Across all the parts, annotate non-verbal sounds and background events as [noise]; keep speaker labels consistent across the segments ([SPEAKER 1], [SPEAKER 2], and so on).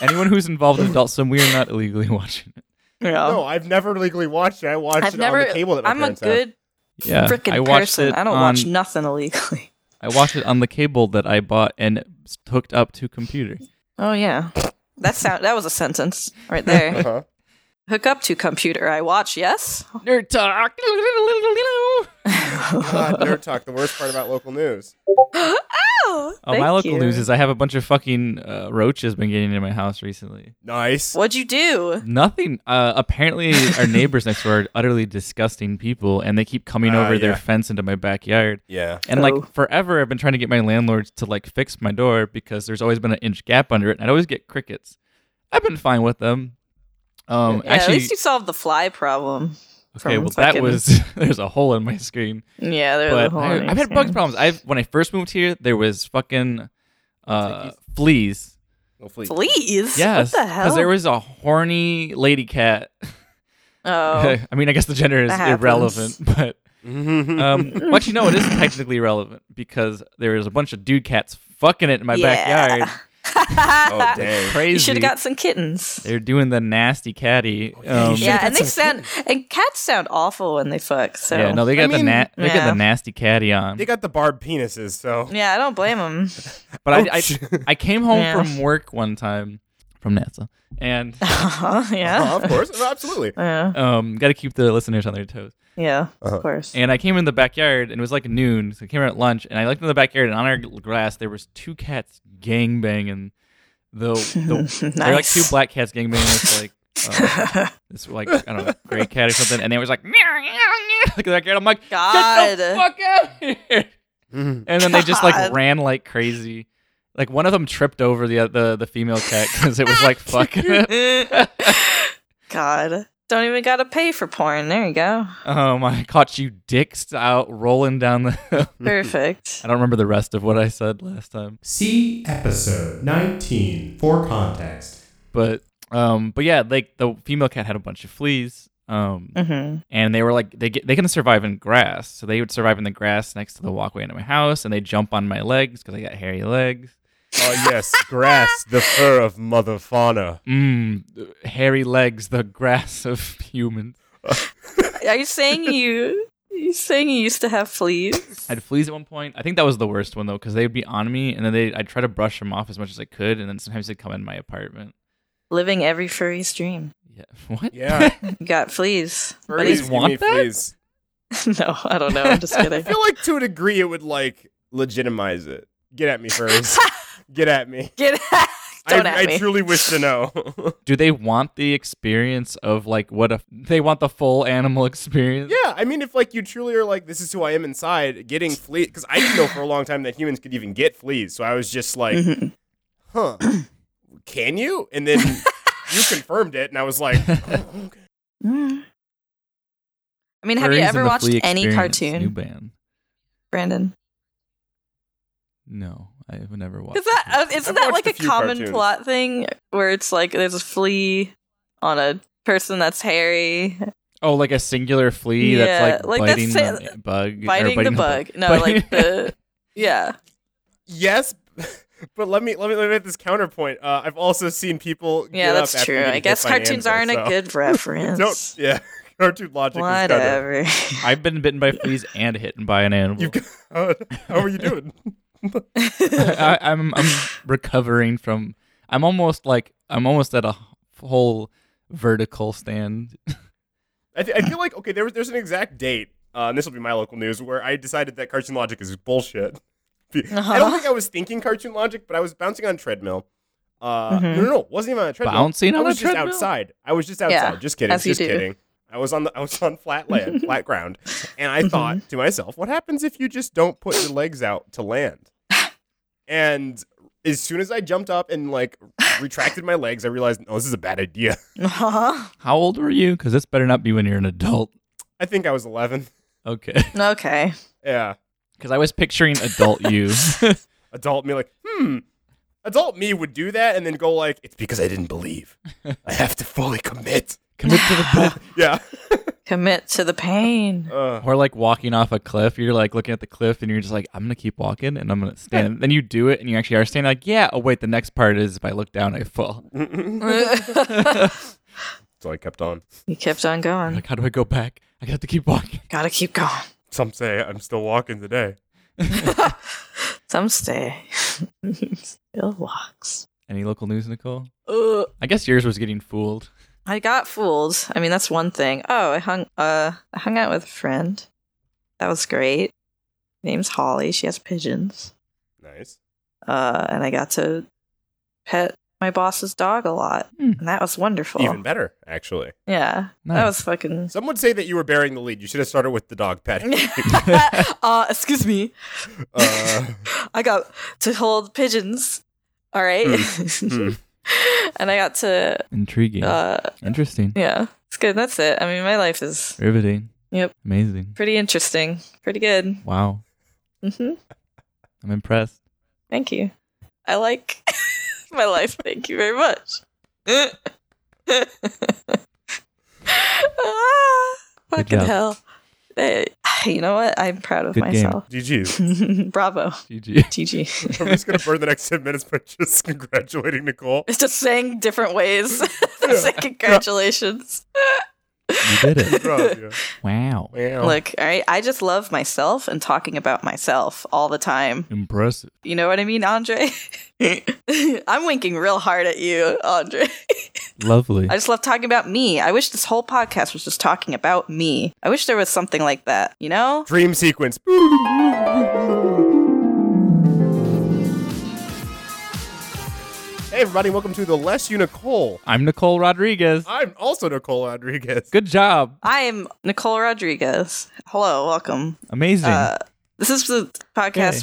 [SPEAKER 1] Anyone who's involved in Adult Swim, we are not illegally [laughs] watching it.
[SPEAKER 2] No, I've never legally watched it. I watched
[SPEAKER 3] Um, I've
[SPEAKER 2] it
[SPEAKER 3] never.
[SPEAKER 2] on the cable that my
[SPEAKER 3] I'm a
[SPEAKER 2] parents have.
[SPEAKER 3] good
[SPEAKER 1] Yeah, I
[SPEAKER 3] freaking
[SPEAKER 1] watched
[SPEAKER 3] person.
[SPEAKER 1] it
[SPEAKER 3] I don't
[SPEAKER 1] on,
[SPEAKER 3] watch nothing illegally.
[SPEAKER 1] I watched it on the cable that I bought and s- hooked up to
[SPEAKER 3] [laughs]
[SPEAKER 1] computer.
[SPEAKER 3] [laughs] Oh yeah, that sound. That was a sentence right
[SPEAKER 2] [laughs]
[SPEAKER 3] there. [laughs]
[SPEAKER 2] Uh-huh.
[SPEAKER 3] Hook up to computer. I watch. Yes.
[SPEAKER 1] Nerd talk. [laughs]
[SPEAKER 2] God, nerd talk. The worst part about local news.
[SPEAKER 3] Oh,
[SPEAKER 1] Oh, my
[SPEAKER 3] thank
[SPEAKER 1] local
[SPEAKER 3] you.
[SPEAKER 1] news is I have a bunch of fucking uh, roaches been getting into my house recently.
[SPEAKER 2] Nice.
[SPEAKER 3] What'd you do?
[SPEAKER 1] Nothing. Uh, apparently, our
[SPEAKER 3] [laughs]
[SPEAKER 1] neighbors next door are utterly disgusting people, and they keep coming
[SPEAKER 2] Ah,
[SPEAKER 1] over their
[SPEAKER 2] yeah.
[SPEAKER 1] fence into my backyard.
[SPEAKER 2] Yeah.
[SPEAKER 1] And
[SPEAKER 3] Oh.
[SPEAKER 1] like forever, I've been trying to get my landlords to like fix my door because there's always been an inch gap under it, and I'd always get crickets. I've been fine with them. Um,
[SPEAKER 3] Yeah,
[SPEAKER 1] actually,
[SPEAKER 3] at least you solved the fly problem.
[SPEAKER 1] okay.
[SPEAKER 3] from
[SPEAKER 1] Well, that
[SPEAKER 3] fucking- [laughs]
[SPEAKER 1] was [laughs] there's a hole in my screen,
[SPEAKER 3] Yeah, there
[SPEAKER 1] but
[SPEAKER 3] the whole.
[SPEAKER 1] I, I've had bug problems. I have when I first moved here, there was fucking uh, fleas.
[SPEAKER 2] No fleas.
[SPEAKER 3] Please.
[SPEAKER 1] Yes,
[SPEAKER 3] What the hell?
[SPEAKER 1] there was a horny lady cat.
[SPEAKER 3] Oh.
[SPEAKER 1] [laughs] I mean, I guess the gender is
[SPEAKER 3] That
[SPEAKER 1] irrelevant, [laughs] but
[SPEAKER 3] [laughs]
[SPEAKER 2] Mhm.
[SPEAKER 1] um, well, actually, no, it is technically relevant because there is a bunch of dude cats fucking it in my
[SPEAKER 3] Yeah.
[SPEAKER 1] backyard.
[SPEAKER 2] oh dang.
[SPEAKER 1] Crazy.
[SPEAKER 3] [laughs] You should have got some kittens.
[SPEAKER 1] They're doing the nasty catty. Um,
[SPEAKER 2] you
[SPEAKER 3] Yeah,
[SPEAKER 2] should've
[SPEAKER 3] and
[SPEAKER 2] got
[SPEAKER 3] they
[SPEAKER 2] some
[SPEAKER 3] sound and cats sound awful when they fuck. So
[SPEAKER 1] yeah, no, they got the
[SPEAKER 2] mean-
[SPEAKER 1] na- they got
[SPEAKER 3] Yeah.
[SPEAKER 1] the nasty catty on.
[SPEAKER 2] They got the barbed penises, so
[SPEAKER 3] Yeah, I don't blame [laughs] them.
[SPEAKER 1] But I, I,
[SPEAKER 3] [laughs]
[SPEAKER 2] Ouch.
[SPEAKER 1] I came home
[SPEAKER 3] Yeah.
[SPEAKER 1] from work one time from NASA and
[SPEAKER 3] Uh-huh, yeah.
[SPEAKER 2] Oh,
[SPEAKER 1] Uh-huh.
[SPEAKER 2] of course, Oh, absolutely.
[SPEAKER 3] Yeah,
[SPEAKER 1] um, got to keep the listeners on their toes.
[SPEAKER 3] yeah,
[SPEAKER 2] Uh-huh.
[SPEAKER 3] of course.
[SPEAKER 1] And I came in the backyard and it was like noon, so I came out at lunch and I looked in the backyard and on our grass there was two cats gangbanging. The,
[SPEAKER 3] [laughs]
[SPEAKER 1] the they're like two
[SPEAKER 3] Nice.
[SPEAKER 1] black cats gangbanging this
[SPEAKER 3] [laughs]
[SPEAKER 1] like uh, this like I don't know gray cat or something, and they was like meow, meow, meow, like in the backyard. I'm like get the
[SPEAKER 3] God.
[SPEAKER 1] fuck out of here!
[SPEAKER 2] Mhm.
[SPEAKER 1] And then they just like
[SPEAKER 3] God.
[SPEAKER 1] ran like crazy. Like one of them tripped over the the, the female cat because it was like
[SPEAKER 3] [laughs]
[SPEAKER 1] fucking it.
[SPEAKER 3] God, don't even gotta pay for porn. There you go.
[SPEAKER 1] Um, I caught you dicks out rolling down the hill.
[SPEAKER 3] Perfect.
[SPEAKER 1] I don't remember the rest of what I said last time.
[SPEAKER 4] See episode 19 for context.
[SPEAKER 1] but um but yeah like the female cat had a bunch of fleas um
[SPEAKER 3] hmm
[SPEAKER 1] and they were like they get, they can survive in grass so they would survive in the grass next to the walkway into my house and they jump on my legs because i got hairy legs
[SPEAKER 2] Oh yes, grass, the fur of mother fauna.
[SPEAKER 1] mm hairy legs the [laughs] grass of humans
[SPEAKER 3] Are you saying you? You saying you used to have fleas?
[SPEAKER 1] i had fleas at one point i think that was the worst one though because they would be on me and then they i'd try to brush them off as much as i could and then sometimes they'd come in my apartment
[SPEAKER 3] Living every furry's dream.
[SPEAKER 1] yeah [laughs]
[SPEAKER 2] [laughs]
[SPEAKER 1] what
[SPEAKER 2] Yeah,
[SPEAKER 3] You got fleas. What do
[SPEAKER 2] furries
[SPEAKER 3] you-
[SPEAKER 2] give
[SPEAKER 1] want
[SPEAKER 2] me
[SPEAKER 1] that?
[SPEAKER 2] fleas.
[SPEAKER 3] [laughs] no, I don't know. I'm just
[SPEAKER 2] I
[SPEAKER 3] kidding.
[SPEAKER 2] feel like to a degree it would like legitimize it. Get at me, furries.
[SPEAKER 3] [laughs]
[SPEAKER 2] Get at me.
[SPEAKER 3] [laughs] Get [laughs]
[SPEAKER 2] I,
[SPEAKER 3] don't at
[SPEAKER 2] I
[SPEAKER 3] me.
[SPEAKER 2] truly wish to
[SPEAKER 3] [laughs]
[SPEAKER 2] know.
[SPEAKER 1] do they want the experience of like what if they want the full animal [laughs] experience
[SPEAKER 2] yeah, I mean, if like you truly are like, this is who I am inside, getting fleas, because I didn't know for a long time that humans could even get fleas. So I was just like,
[SPEAKER 3] Mhm.
[SPEAKER 2] huh, can you? And then you confirmed it, and I
[SPEAKER 3] [laughs]
[SPEAKER 2] was like, oh, okay.
[SPEAKER 3] Mm. I mean, have
[SPEAKER 1] Furries
[SPEAKER 3] you
[SPEAKER 1] and
[SPEAKER 3] ever
[SPEAKER 1] the
[SPEAKER 3] watched
[SPEAKER 1] flea
[SPEAKER 3] any
[SPEAKER 1] experience,
[SPEAKER 3] cartoon,
[SPEAKER 1] new band
[SPEAKER 3] Brandon?
[SPEAKER 1] No, I've never watched.
[SPEAKER 3] Because that uh,
[SPEAKER 2] I've
[SPEAKER 3] isn't that
[SPEAKER 2] watched
[SPEAKER 3] like
[SPEAKER 2] a
[SPEAKER 3] a
[SPEAKER 2] few
[SPEAKER 3] common
[SPEAKER 2] cartoons.
[SPEAKER 3] plot thing where it's like there's a flea on a person that's hairy
[SPEAKER 1] oh, like a singular flea that's
[SPEAKER 3] Yeah,
[SPEAKER 1] like,
[SPEAKER 3] like, that's
[SPEAKER 1] biting
[SPEAKER 3] sa-
[SPEAKER 1] the bug, or
[SPEAKER 3] biting, the bug. No,
[SPEAKER 1] Biting-
[SPEAKER 3] like the [laughs] yeah.
[SPEAKER 2] yes. [laughs] But let me let me let me make this counterpoint. Uh, I've also seen people.
[SPEAKER 3] Yeah,
[SPEAKER 2] get
[SPEAKER 3] that's
[SPEAKER 2] up after
[SPEAKER 3] true.
[SPEAKER 2] getting
[SPEAKER 3] I
[SPEAKER 2] hit
[SPEAKER 3] guess
[SPEAKER 2] by an
[SPEAKER 3] cartoons
[SPEAKER 2] anvil,
[SPEAKER 3] aren't
[SPEAKER 2] so- [laughs]
[SPEAKER 3] a good
[SPEAKER 2] Don't,
[SPEAKER 3] reference.
[SPEAKER 2] yeah, [laughs] cartoon logic. Is kinda, [laughs]
[SPEAKER 3] [laughs] Whatever.
[SPEAKER 1] I've been bitten by
[SPEAKER 3] [laughs]
[SPEAKER 1] fleas and hit by an animal. [laughs]
[SPEAKER 2] you, how are you doing?
[SPEAKER 1] I, I'm I'm recovering from. I'm almost like I'm almost at a whole vertical stand.
[SPEAKER 2] I, th- I feel like okay, there was there's an exact date, uh, and this will be my local news where I decided that cartoon logic is bullshit. [laughs] I
[SPEAKER 3] Uh-huh.
[SPEAKER 2] don't think I was thinking cartoon logic, but I was bouncing on a treadmill. Uh,
[SPEAKER 3] Mhm.
[SPEAKER 2] No, no, no, wasn't even on a treadmill.
[SPEAKER 1] Bouncing
[SPEAKER 2] I
[SPEAKER 1] on a
[SPEAKER 2] was just
[SPEAKER 1] treadmill?
[SPEAKER 2] outside. I was just outside.
[SPEAKER 3] Yeah,
[SPEAKER 2] just kidding.
[SPEAKER 3] as you
[SPEAKER 2] Just
[SPEAKER 3] do.
[SPEAKER 2] kidding. I was on the [laughs] I was on flat
[SPEAKER 3] [laughs]
[SPEAKER 2] land, flat ground, and
[SPEAKER 3] Mm-hmm.
[SPEAKER 2] I thought to myself, what happens if you just don't put your legs out to
[SPEAKER 3] [laughs]
[SPEAKER 2] land? And as soon as I jumped up and like retracted my legs, I realized, oh, this is a bad idea. [laughs]
[SPEAKER 3] Uh-huh.
[SPEAKER 1] How old were you? Because this better not be when you're an adult.
[SPEAKER 2] I think I was 11.
[SPEAKER 1] Okay. [laughs]
[SPEAKER 3] Okay.
[SPEAKER 2] Yeah.
[SPEAKER 1] Because I was picturing adult
[SPEAKER 3] [laughs]
[SPEAKER 1] you.
[SPEAKER 2] Adult me, like, hmm. Adult me would do that and then go, like, it's because I didn't believe. I have to fully commit.
[SPEAKER 1] Commit to the
[SPEAKER 2] Yeah.
[SPEAKER 3] Commit to the pain.
[SPEAKER 2] Uh,
[SPEAKER 1] Or like walking off a cliff. You're like looking at the cliff and you're just like, I'm going to keep walking and I'm going to stand. Then you do it and you actually are standing like, yeah. Oh, wait. The next part is if I look down, I fall.
[SPEAKER 2] so I kept on.
[SPEAKER 3] you kept on
[SPEAKER 1] I'm
[SPEAKER 3] going.
[SPEAKER 1] like, how do I go back? I have to keep walking.
[SPEAKER 3] Gotta keep going.
[SPEAKER 2] Some say I'm still walking today.
[SPEAKER 1] [laughs]
[SPEAKER 3] Some stay. Still walks.
[SPEAKER 1] Any local news, Nicole?
[SPEAKER 3] Ugh.
[SPEAKER 1] I guess yours was getting fooled.
[SPEAKER 3] I got fooled. I mean, that's one thing. Oh, I hung uh I hung out with a friend. That was great. Name's Holly. She has pigeons.
[SPEAKER 2] Nice.
[SPEAKER 3] Uh, and I got to pet my boss's dog a lot,
[SPEAKER 1] Hmm.
[SPEAKER 3] and that was wonderful.
[SPEAKER 2] Even better, actually.
[SPEAKER 3] yeah, that
[SPEAKER 1] Nice.
[SPEAKER 3] was
[SPEAKER 1] [laughs]
[SPEAKER 3] fucking. [laughs]
[SPEAKER 2] Some would say that you were bearing the lead. You should have started with the dog [laughs] petting.
[SPEAKER 3] uh, excuse me.
[SPEAKER 2] uh,
[SPEAKER 3] I got to hold pigeons. All right. [laughs]
[SPEAKER 2] hmm.
[SPEAKER 3] and I got to.
[SPEAKER 1] Intriguing.
[SPEAKER 3] Uh,
[SPEAKER 1] Interesting.
[SPEAKER 3] yeah, it's good. That's it. I mean, my life is
[SPEAKER 1] Riveting.
[SPEAKER 3] Yep.
[SPEAKER 1] Amazing.
[SPEAKER 3] pretty interesting. Pretty good.
[SPEAKER 1] Wow.
[SPEAKER 3] hmm
[SPEAKER 1] I'm impressed.
[SPEAKER 3] Thank you. I like [laughs] my life. Thank you very much. [laughs] ah, fucking
[SPEAKER 1] job.
[SPEAKER 3] hell. Hey, [sighs] you know what? I'm proud of
[SPEAKER 1] Good game.
[SPEAKER 2] [laughs]
[SPEAKER 3] myself.
[SPEAKER 2] GG's.
[SPEAKER 3] [laughs] Bravo.
[SPEAKER 1] GG.
[SPEAKER 3] GG.
[SPEAKER 2] I'm just going to burn the next 10 minutes by just [laughs] congratulating [laughs] Nicole.
[SPEAKER 3] It's [laughs] just saying different ways. [laughs] It's like, congratulations.
[SPEAKER 1] You did it.
[SPEAKER 2] Proud of
[SPEAKER 1] Wow.
[SPEAKER 2] you. Wow.
[SPEAKER 3] Look, all right. I just love myself and talking about myself all the time.
[SPEAKER 1] Impressive.
[SPEAKER 3] You know what I
[SPEAKER 1] [laughs]
[SPEAKER 3] mean, Andre? [laughs] I'm winking real hard at you, Andre. [laughs]
[SPEAKER 1] Lovely.
[SPEAKER 3] I just love talking about me. I wish this whole podcast was just talking about me. I wish there was something like that, you know?
[SPEAKER 2] Dream sequence. Hey, everybody, welcome to The Less You Nicole.
[SPEAKER 1] I'm Nicole Rodriguez.
[SPEAKER 2] I'm also Nicole
[SPEAKER 1] [laughs]
[SPEAKER 2] Rodriguez.
[SPEAKER 1] Good job.
[SPEAKER 3] I'm Nicole Rodriguez. Hello, welcome.
[SPEAKER 1] Amazing.
[SPEAKER 3] Uh, this is the podcast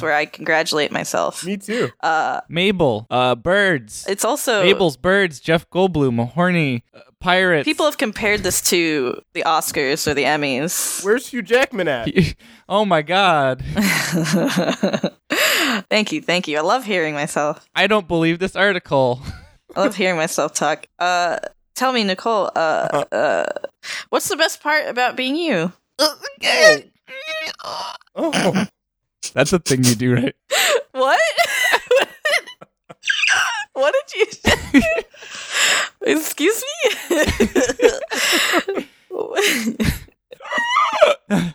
[SPEAKER 1] Yay.
[SPEAKER 3] where I congratulate myself.
[SPEAKER 2] Me too.
[SPEAKER 3] Uh,
[SPEAKER 1] Mabel. Uh, birds.
[SPEAKER 3] it's also
[SPEAKER 1] Mabel's birds. Jeff Goldblum. Horny. Uh, pirates.
[SPEAKER 3] people have compared this to the Oscars or the Emmys.
[SPEAKER 2] Where's Hugh Jackman at?
[SPEAKER 1] [laughs] oh my God.
[SPEAKER 3] [laughs] thank you, thank you. I love hearing myself.
[SPEAKER 1] I don't believe this article. [laughs]
[SPEAKER 3] I love hearing myself talk. Uh, tell me, Nicole. Uh, uh, what's the best part about being you?
[SPEAKER 2] Oh,
[SPEAKER 1] That's a thing you do, right?
[SPEAKER 3] What? [laughs] what did you? Excuse me.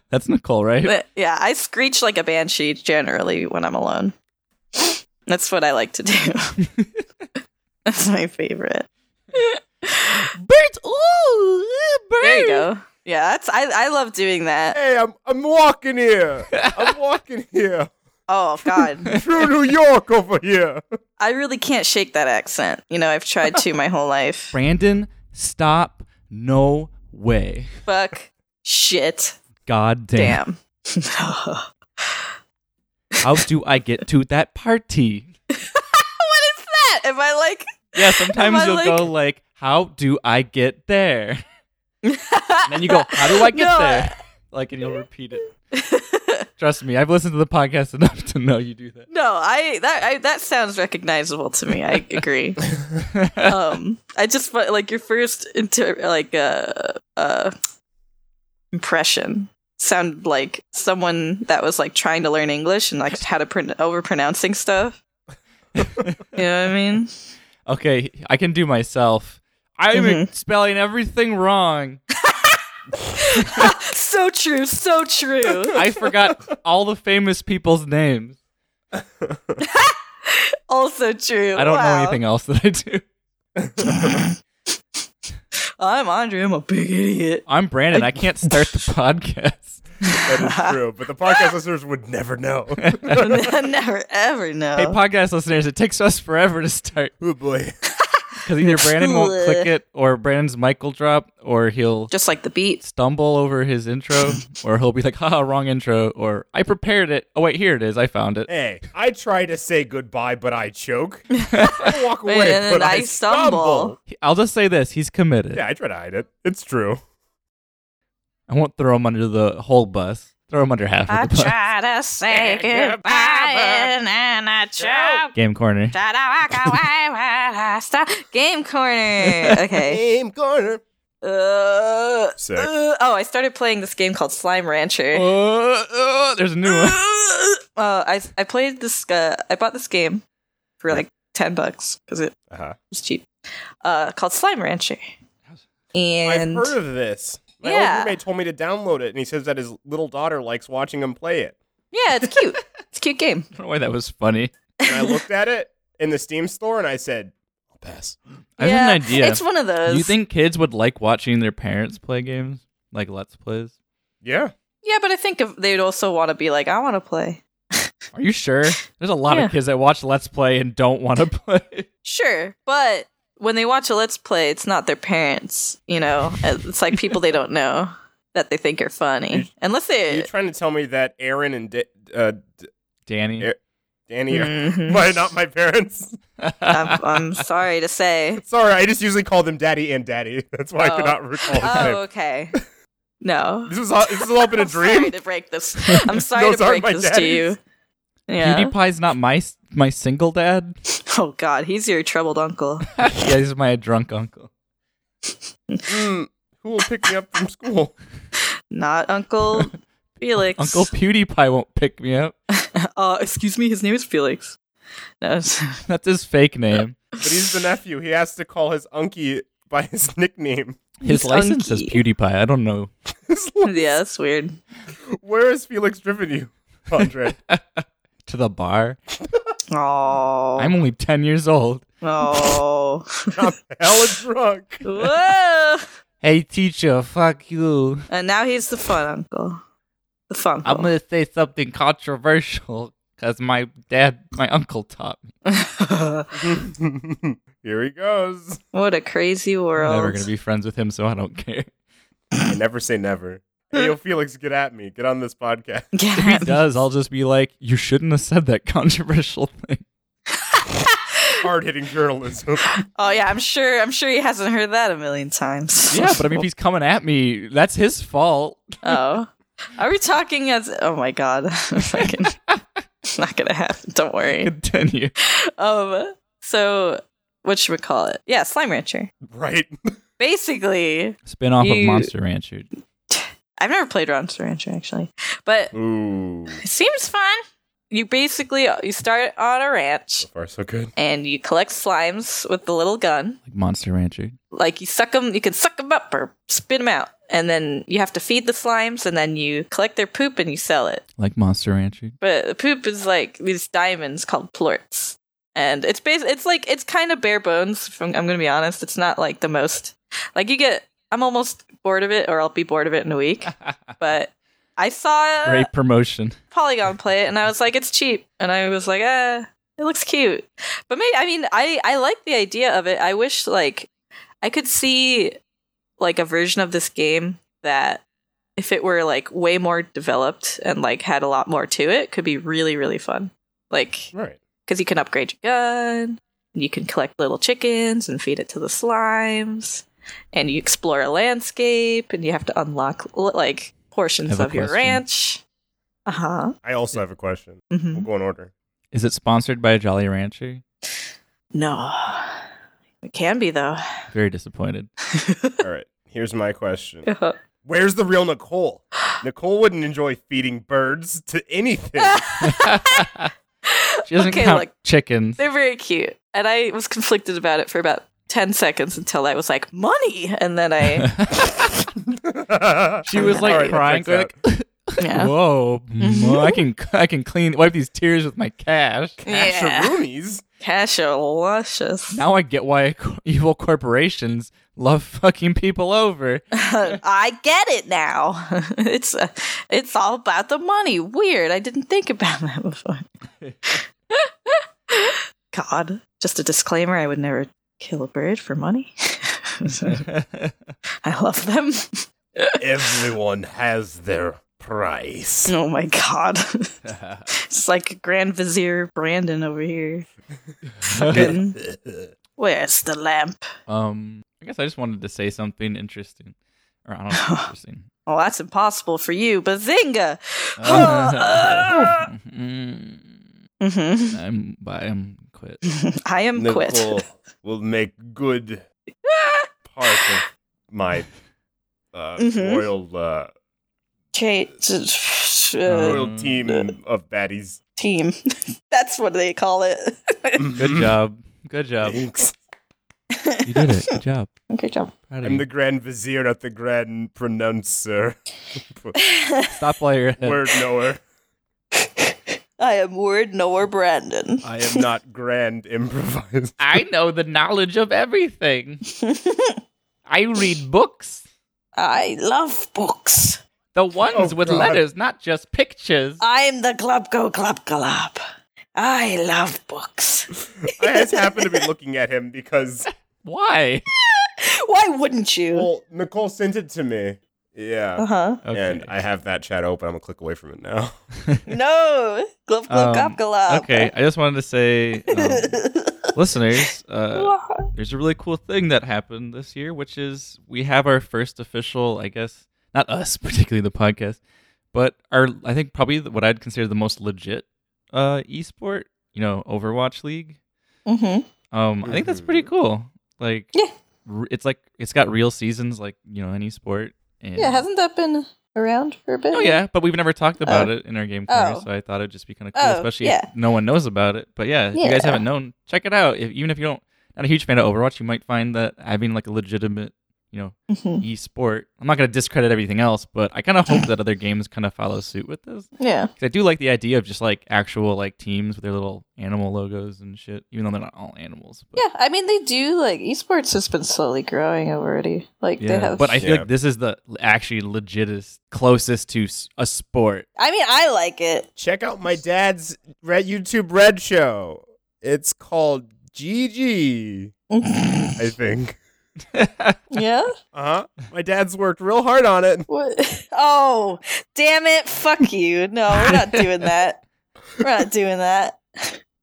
[SPEAKER 1] That's Nicole, right?
[SPEAKER 3] But, [laughs] yeah, I screech like a banshee generally when I'm alone. That's what I like to do. [laughs] That's my favorite.
[SPEAKER 1] Birds. Ooh, birds.
[SPEAKER 3] There you go. Yeah, that's I, I love doing that.
[SPEAKER 2] hey, I'm, I'm walking here. I'm walking here.
[SPEAKER 3] Oh god.
[SPEAKER 2] Through New York over here.
[SPEAKER 3] I really can't shake that accent. You know, I've tried to my
[SPEAKER 1] [laughs]
[SPEAKER 3] whole life.
[SPEAKER 1] Brandon, stop. No way.
[SPEAKER 3] Fuck shit.
[SPEAKER 1] God damn.
[SPEAKER 3] Damn.
[SPEAKER 1] How do I get to that party?
[SPEAKER 3] That am I like
[SPEAKER 1] Yeah,
[SPEAKER 3] [laughs] Am
[SPEAKER 1] sometimes
[SPEAKER 3] I
[SPEAKER 1] you'll go like, "How do I get
[SPEAKER 3] [laughs]
[SPEAKER 1] there?" and then you go, "How do I get
[SPEAKER 3] No,
[SPEAKER 1] there?" Like, and you'll repeat it. Trust me, I've listened to the podcast enough to know you do
[SPEAKER 3] No, I that I, that sounds recognizable to
[SPEAKER 1] [laughs]
[SPEAKER 3] me. I agree.
[SPEAKER 1] that.
[SPEAKER 3] um, I just fi- like your first inter- like uh uh impression sounded like someone that was like trying to learn English and like how to pron- over
[SPEAKER 1] [laughs]
[SPEAKER 3] pronouncing stuff. you know what I mean?
[SPEAKER 1] okay, I can do myself. I'm spelling everything wrong.
[SPEAKER 3] So true, so true.
[SPEAKER 1] I forgot all the famous people's names.
[SPEAKER 3] Also true.
[SPEAKER 1] I don't
[SPEAKER 3] Wow.
[SPEAKER 1] know anything else that I do.
[SPEAKER 3] I'm Andre. I'm a big idiot. [laughs]
[SPEAKER 1] I'm Brandon. I can't start the podcast.
[SPEAKER 2] That is true, but the podcast listeners would never know.
[SPEAKER 3] Never ever know.
[SPEAKER 1] Hey, podcast listeners, it takes us forever to start
[SPEAKER 2] oh boy.
[SPEAKER 1] because either Brandon won't click it, or Brandon's mic will drop, or he'll
[SPEAKER 3] just like the beat.
[SPEAKER 1] stumble over his intro, or he'll be like, haha, wrong intro, or I prepared it. Oh, wait, here it is. I found it.
[SPEAKER 2] Hey, I try to say goodbye, but I choke. I walk away,
[SPEAKER 3] And
[SPEAKER 2] but I,
[SPEAKER 3] I
[SPEAKER 2] stumble.
[SPEAKER 3] stumble.
[SPEAKER 1] He- I'll just say this he's committed.
[SPEAKER 2] Yeah, I try to hide it. It's true.
[SPEAKER 1] I won't throw him under the whole bus. Throw him under half
[SPEAKER 3] I
[SPEAKER 1] of the bus.
[SPEAKER 3] try to say goodbye, and then I try.
[SPEAKER 1] Game corner.
[SPEAKER 3] Try to walk away [laughs] when I stop. Game [laughs] corner. Okay.
[SPEAKER 2] Game corner.
[SPEAKER 3] Uh,
[SPEAKER 2] Sick.
[SPEAKER 3] uh, oh, I started playing this game called Slime Rancher.
[SPEAKER 1] Oh, oh, [laughs] there's a new one. [laughs] Oh.
[SPEAKER 3] Uh, I I played this. Uh, I bought this game for like ten bucks because it
[SPEAKER 2] Uh-huh.
[SPEAKER 3] was cheap. Uh, called Slime Rancher. And
[SPEAKER 2] I've heard of this. My
[SPEAKER 3] Yeah.
[SPEAKER 2] old roommate told me to download it, and he says that his little daughter likes watching him play it.
[SPEAKER 3] yeah, it's
[SPEAKER 1] [laughs]
[SPEAKER 3] cute. it's a cute game.
[SPEAKER 1] I don't know why that was funny.
[SPEAKER 2] And I looked at it in the Steam store, and I said, "I'll pass."
[SPEAKER 1] I have
[SPEAKER 3] yeah,
[SPEAKER 1] an idea.
[SPEAKER 3] It's one of those.
[SPEAKER 1] you think kids would like watching their parents play games? Like Let's Plays?
[SPEAKER 2] Yeah,
[SPEAKER 3] Yeah, but I think if they'd also want to be like, I want to play.
[SPEAKER 1] Are you
[SPEAKER 3] [laughs]
[SPEAKER 1] sure? There's a lot
[SPEAKER 3] Yeah.
[SPEAKER 1] of kids that watch Let's Play and don't
[SPEAKER 3] [laughs]
[SPEAKER 1] want to play.
[SPEAKER 3] Sure, but when they watch a Let's Play, it's not their parents. You know, it's like people they don't know that they think are funny, unless
[SPEAKER 2] are
[SPEAKER 3] they.
[SPEAKER 2] you trying to tell me that Aaron and D- uh, D-
[SPEAKER 1] Danny.
[SPEAKER 2] Yeah. Danny are [laughs]
[SPEAKER 3] Mhm.
[SPEAKER 2] my, not my parents? [laughs]
[SPEAKER 3] I'm, I'm sorry to say.
[SPEAKER 2] Sorry, I just usually call them Daddy and Daddy. [laughs] That's why I could
[SPEAKER 3] Oh.
[SPEAKER 2] not recall his name.
[SPEAKER 3] Oh, okay. No.
[SPEAKER 2] This was all, this was all been a
[SPEAKER 3] I'm [laughs] sorry
[SPEAKER 2] dream.
[SPEAKER 3] to break this.
[SPEAKER 2] [laughs]
[SPEAKER 3] I'm sorry to
[SPEAKER 2] Those aren't
[SPEAKER 3] break
[SPEAKER 2] my
[SPEAKER 3] this to you. Yeah.
[SPEAKER 1] PewDiePie's not my s- my single
[SPEAKER 3] [laughs]
[SPEAKER 1] dad.
[SPEAKER 3] Oh God, he's your troubled uncle.
[SPEAKER 1] yeah, he's my drunk uncle.
[SPEAKER 2] Mm, who will pick me up from school?
[SPEAKER 3] Not Uncle Felix.
[SPEAKER 1] Uncle PewDiePie won't pick me
[SPEAKER 3] [laughs]
[SPEAKER 1] up.
[SPEAKER 3] Uh, excuse me, his name is Felix. No. [laughs] it's-
[SPEAKER 1] That's his fake name.
[SPEAKER 2] But he's the nephew. He has to call his unkie by his [laughs] nickname.
[SPEAKER 1] His
[SPEAKER 3] He's
[SPEAKER 1] license says
[SPEAKER 3] unky.
[SPEAKER 1] PewDiePie. I don't know.
[SPEAKER 3] yeah, that's weird.
[SPEAKER 2] Where has Felix driven you, Andre? [laughs]
[SPEAKER 1] To the bar.
[SPEAKER 3] Oh.
[SPEAKER 1] [laughs] I'm only ten years old.
[SPEAKER 3] oh.
[SPEAKER 2] I'm hella drunk.
[SPEAKER 3] Whoa.
[SPEAKER 1] Hey teacher, fuck you.
[SPEAKER 3] And now he's the fun uncle. The fun.
[SPEAKER 1] I'm gonna say something controversial because my dad, my uncle taught me.
[SPEAKER 2] [laughs] Here he goes.
[SPEAKER 3] [laughs] what a crazy world.
[SPEAKER 1] I'm never gonna be friends with him, so I don't care.
[SPEAKER 2] I never say never. Hey, yo, Felix, get at me. Get on this podcast.
[SPEAKER 3] [laughs]
[SPEAKER 2] [laughs]
[SPEAKER 1] [laughs]
[SPEAKER 3] Get
[SPEAKER 1] If he
[SPEAKER 3] him.
[SPEAKER 1] does, I'll just be like, you shouldn't have said that [laughs] controversial thing.
[SPEAKER 2] Hard hitting journalism. [laughs]
[SPEAKER 3] Oh yeah, I'm sure. I'm sure he hasn't heard that a million times.
[SPEAKER 1] Yeah, but I mean, if he's coming at me, that's his fault.
[SPEAKER 3] [laughs]
[SPEAKER 1] [laughs]
[SPEAKER 3] Oh. Are we talking as Oh my god. [laughs] Fucking It's not gonna happen.
[SPEAKER 1] [laughs]
[SPEAKER 3] Don't worry.
[SPEAKER 1] Continue.
[SPEAKER 3] Um so what should we call it? Yeah, Slime Rancher.
[SPEAKER 2] right?
[SPEAKER 3] Basically,
[SPEAKER 1] Spin off of
[SPEAKER 3] You-
[SPEAKER 1] Monster Rancher.
[SPEAKER 3] I've never played Monster Rancher actually, but
[SPEAKER 2] Ooh.
[SPEAKER 3] it seems fun. You basically you start on a ranch
[SPEAKER 2] So far, so good.
[SPEAKER 3] and you collect slimes with the little gun.
[SPEAKER 1] Like Monster Rancher.
[SPEAKER 3] like you suck them you can suck them up or spit them out and then you have to feed the slimes and then you collect their poop and you sell it
[SPEAKER 1] Like Monster Rancher.
[SPEAKER 3] but the poop is like these diamonds called plorts and it's bas- it's like it's kind of bare bones if I'm, I'm gonna be honest it's not like the most like you get i'm almost bored of it or i'll be bored of it in a week but i saw
[SPEAKER 1] Great promotion.
[SPEAKER 3] Polygon play it, and I was like, it's cheap, and I was like, uh, it looks cute, but maybe I mean, I I like the idea of it. I wish like I could see like a version of this game that if it were like way more developed and like had a lot more to it, could be really really fun. Like
[SPEAKER 2] Right.
[SPEAKER 3] because you can upgrade your gun, and you can collect little chickens and feed it to the slimes, and you explore a landscape, and you have to unlock li- like
[SPEAKER 1] I
[SPEAKER 3] portions
[SPEAKER 1] have a
[SPEAKER 3] of your
[SPEAKER 1] question.
[SPEAKER 3] ranch. Uh huh.
[SPEAKER 2] I also have a question.
[SPEAKER 3] hmm
[SPEAKER 2] We'll go in order.
[SPEAKER 1] Is it sponsored by Jolly Rancher?
[SPEAKER 3] No. It can be though.
[SPEAKER 1] Very disappointed.
[SPEAKER 2] All right. Here's my question Where's the real Nicole? Nicole wouldn't enjoy feeding birds to anything.
[SPEAKER 1] She doesn't
[SPEAKER 3] Okay,
[SPEAKER 1] count
[SPEAKER 3] look.
[SPEAKER 1] chickens.
[SPEAKER 3] They're very cute. And I was conflicted about it for about 10 seconds until I was like, money! And then I,
[SPEAKER 1] She was like
[SPEAKER 2] All right, that
[SPEAKER 1] crying,
[SPEAKER 2] checks
[SPEAKER 1] going
[SPEAKER 2] out.
[SPEAKER 1] like,
[SPEAKER 3] yeah. [laughs]
[SPEAKER 1] "Whoa, mo- I can I can clean wipe these tears with my cash."
[SPEAKER 3] Yeah.
[SPEAKER 2] Casheroonies?
[SPEAKER 3] Cash are
[SPEAKER 1] [laughs]
[SPEAKER 3] luscious. [laughs]
[SPEAKER 1] Now I get why co- evil corporations love fucking people
[SPEAKER 2] [laughs]
[SPEAKER 1] over.
[SPEAKER 3] I get it now. [laughs] it's uh, it's all about the money. Weird. I didn't think about that before. [laughs] God. Just a disclaimer I would never kill a bird for money. [laughs]
[SPEAKER 1] [laughs]
[SPEAKER 3] I love them. [laughs]
[SPEAKER 2] Everyone has their price.
[SPEAKER 3] Oh my god. [laughs] It's like Grand Vizier Brandon over here. Fucking, where's the lamp?
[SPEAKER 2] [laughs]
[SPEAKER 1] um, I guess I just wanted to say something interesting, or I don't know, interesting.
[SPEAKER 3] Well, Oh, that's impossible for you, Bazinga!
[SPEAKER 1] Mm,
[SPEAKER 3] hmm
[SPEAKER 1] [laughs] I'm bye. I'm quit.
[SPEAKER 3] [laughs] I am quit.
[SPEAKER 2] Nicole [laughs] will make good part of my uh,
[SPEAKER 3] Mhm.
[SPEAKER 2] royal uh,
[SPEAKER 3] Kate, uh,
[SPEAKER 1] Oh.
[SPEAKER 2] royal team of baddies.
[SPEAKER 3] team. [laughs] That's what they call it. [laughs]
[SPEAKER 2] [laughs]
[SPEAKER 1] Good job. Good job.
[SPEAKER 2] Thanks.
[SPEAKER 1] You did it. Good job.
[SPEAKER 3] Good job.
[SPEAKER 1] Proud of
[SPEAKER 2] I'm
[SPEAKER 1] you.
[SPEAKER 2] the grand vizier, not the grand pronouncer,
[SPEAKER 1] Stop while you're ahead.
[SPEAKER 2] word knower.
[SPEAKER 3] I am word knower Brandon.
[SPEAKER 2] I am not grand improviser.
[SPEAKER 1] I know the knowledge of everything.
[SPEAKER 2] [laughs]
[SPEAKER 1] I read books.
[SPEAKER 3] I love books.
[SPEAKER 1] The ones
[SPEAKER 2] Oh,
[SPEAKER 1] with
[SPEAKER 2] God. Uh,
[SPEAKER 1] letters, not just pictures.
[SPEAKER 3] I'm the Glubko Glub Glub. I love books.
[SPEAKER 2] I just happened to be looking at him because
[SPEAKER 1] Why?
[SPEAKER 3] Why wouldn't
[SPEAKER 1] Oh.
[SPEAKER 3] you?
[SPEAKER 2] well, Nicole sent it to me. Yeah.
[SPEAKER 3] Uh huh.
[SPEAKER 2] And I have that chat open. I'm a click away from it now.
[SPEAKER 3] No, Glub Glub
[SPEAKER 1] Um,
[SPEAKER 3] Glub Glub.
[SPEAKER 1] okay,
[SPEAKER 3] [laughs]
[SPEAKER 1] I just wanted to say, um, listeners,
[SPEAKER 3] [laughs]
[SPEAKER 1] uh, there's a really cool thing that happened this year, which is we have our first official, I guess, not us [laughs] particularly the podcast, but our I think probably the- what I'd consider the most legit uh, esport, you know, Overwatch League.
[SPEAKER 3] Mm-hmm.
[SPEAKER 1] Um, I think that's pretty cool. Like,
[SPEAKER 3] Yeah.
[SPEAKER 1] r- it's like it's got real seasons, like you know any sport. And
[SPEAKER 3] Yeah, hasn't that been around for a bit?
[SPEAKER 1] Oh yeah, but we've never talked about it in our game corner,
[SPEAKER 3] Oh.
[SPEAKER 1] so I thought it'd just be kind of cool,
[SPEAKER 3] Oh,
[SPEAKER 1] especially
[SPEAKER 3] yeah.
[SPEAKER 1] if no one knows about it. But yeah, if you guys
[SPEAKER 3] Yeah.
[SPEAKER 1] haven't known, check it out. If, even if you don't not a huge fan of Overwatch, you might find that having like a legitimate, you know,
[SPEAKER 3] Mhm.
[SPEAKER 1] e-sport. I'm not gonna discredit everything else, but I kind of hope that other games kind of follow suit with this.
[SPEAKER 3] Yeah.
[SPEAKER 1] 'Cause I do like the idea of just like actual like teams with their little animal logos and shit, even though they're not all animals. But,
[SPEAKER 3] Yeah, I mean they do like esports has been slowly growing already. Like
[SPEAKER 1] Yeah,
[SPEAKER 3] they have
[SPEAKER 1] but I feel
[SPEAKER 2] Yeah.
[SPEAKER 1] like this is the actually legitest, closest to s- a sport.
[SPEAKER 3] I mean I like it. [laughs]
[SPEAKER 2] Check out my dad's red YouTube Red show. It's called GG, I think.
[SPEAKER 3] yeah?
[SPEAKER 2] Uh huh. My dad's worked real hard on it.
[SPEAKER 3] What? Oh, damn it. Fuck you. No, we're not doing that. We're not doing that.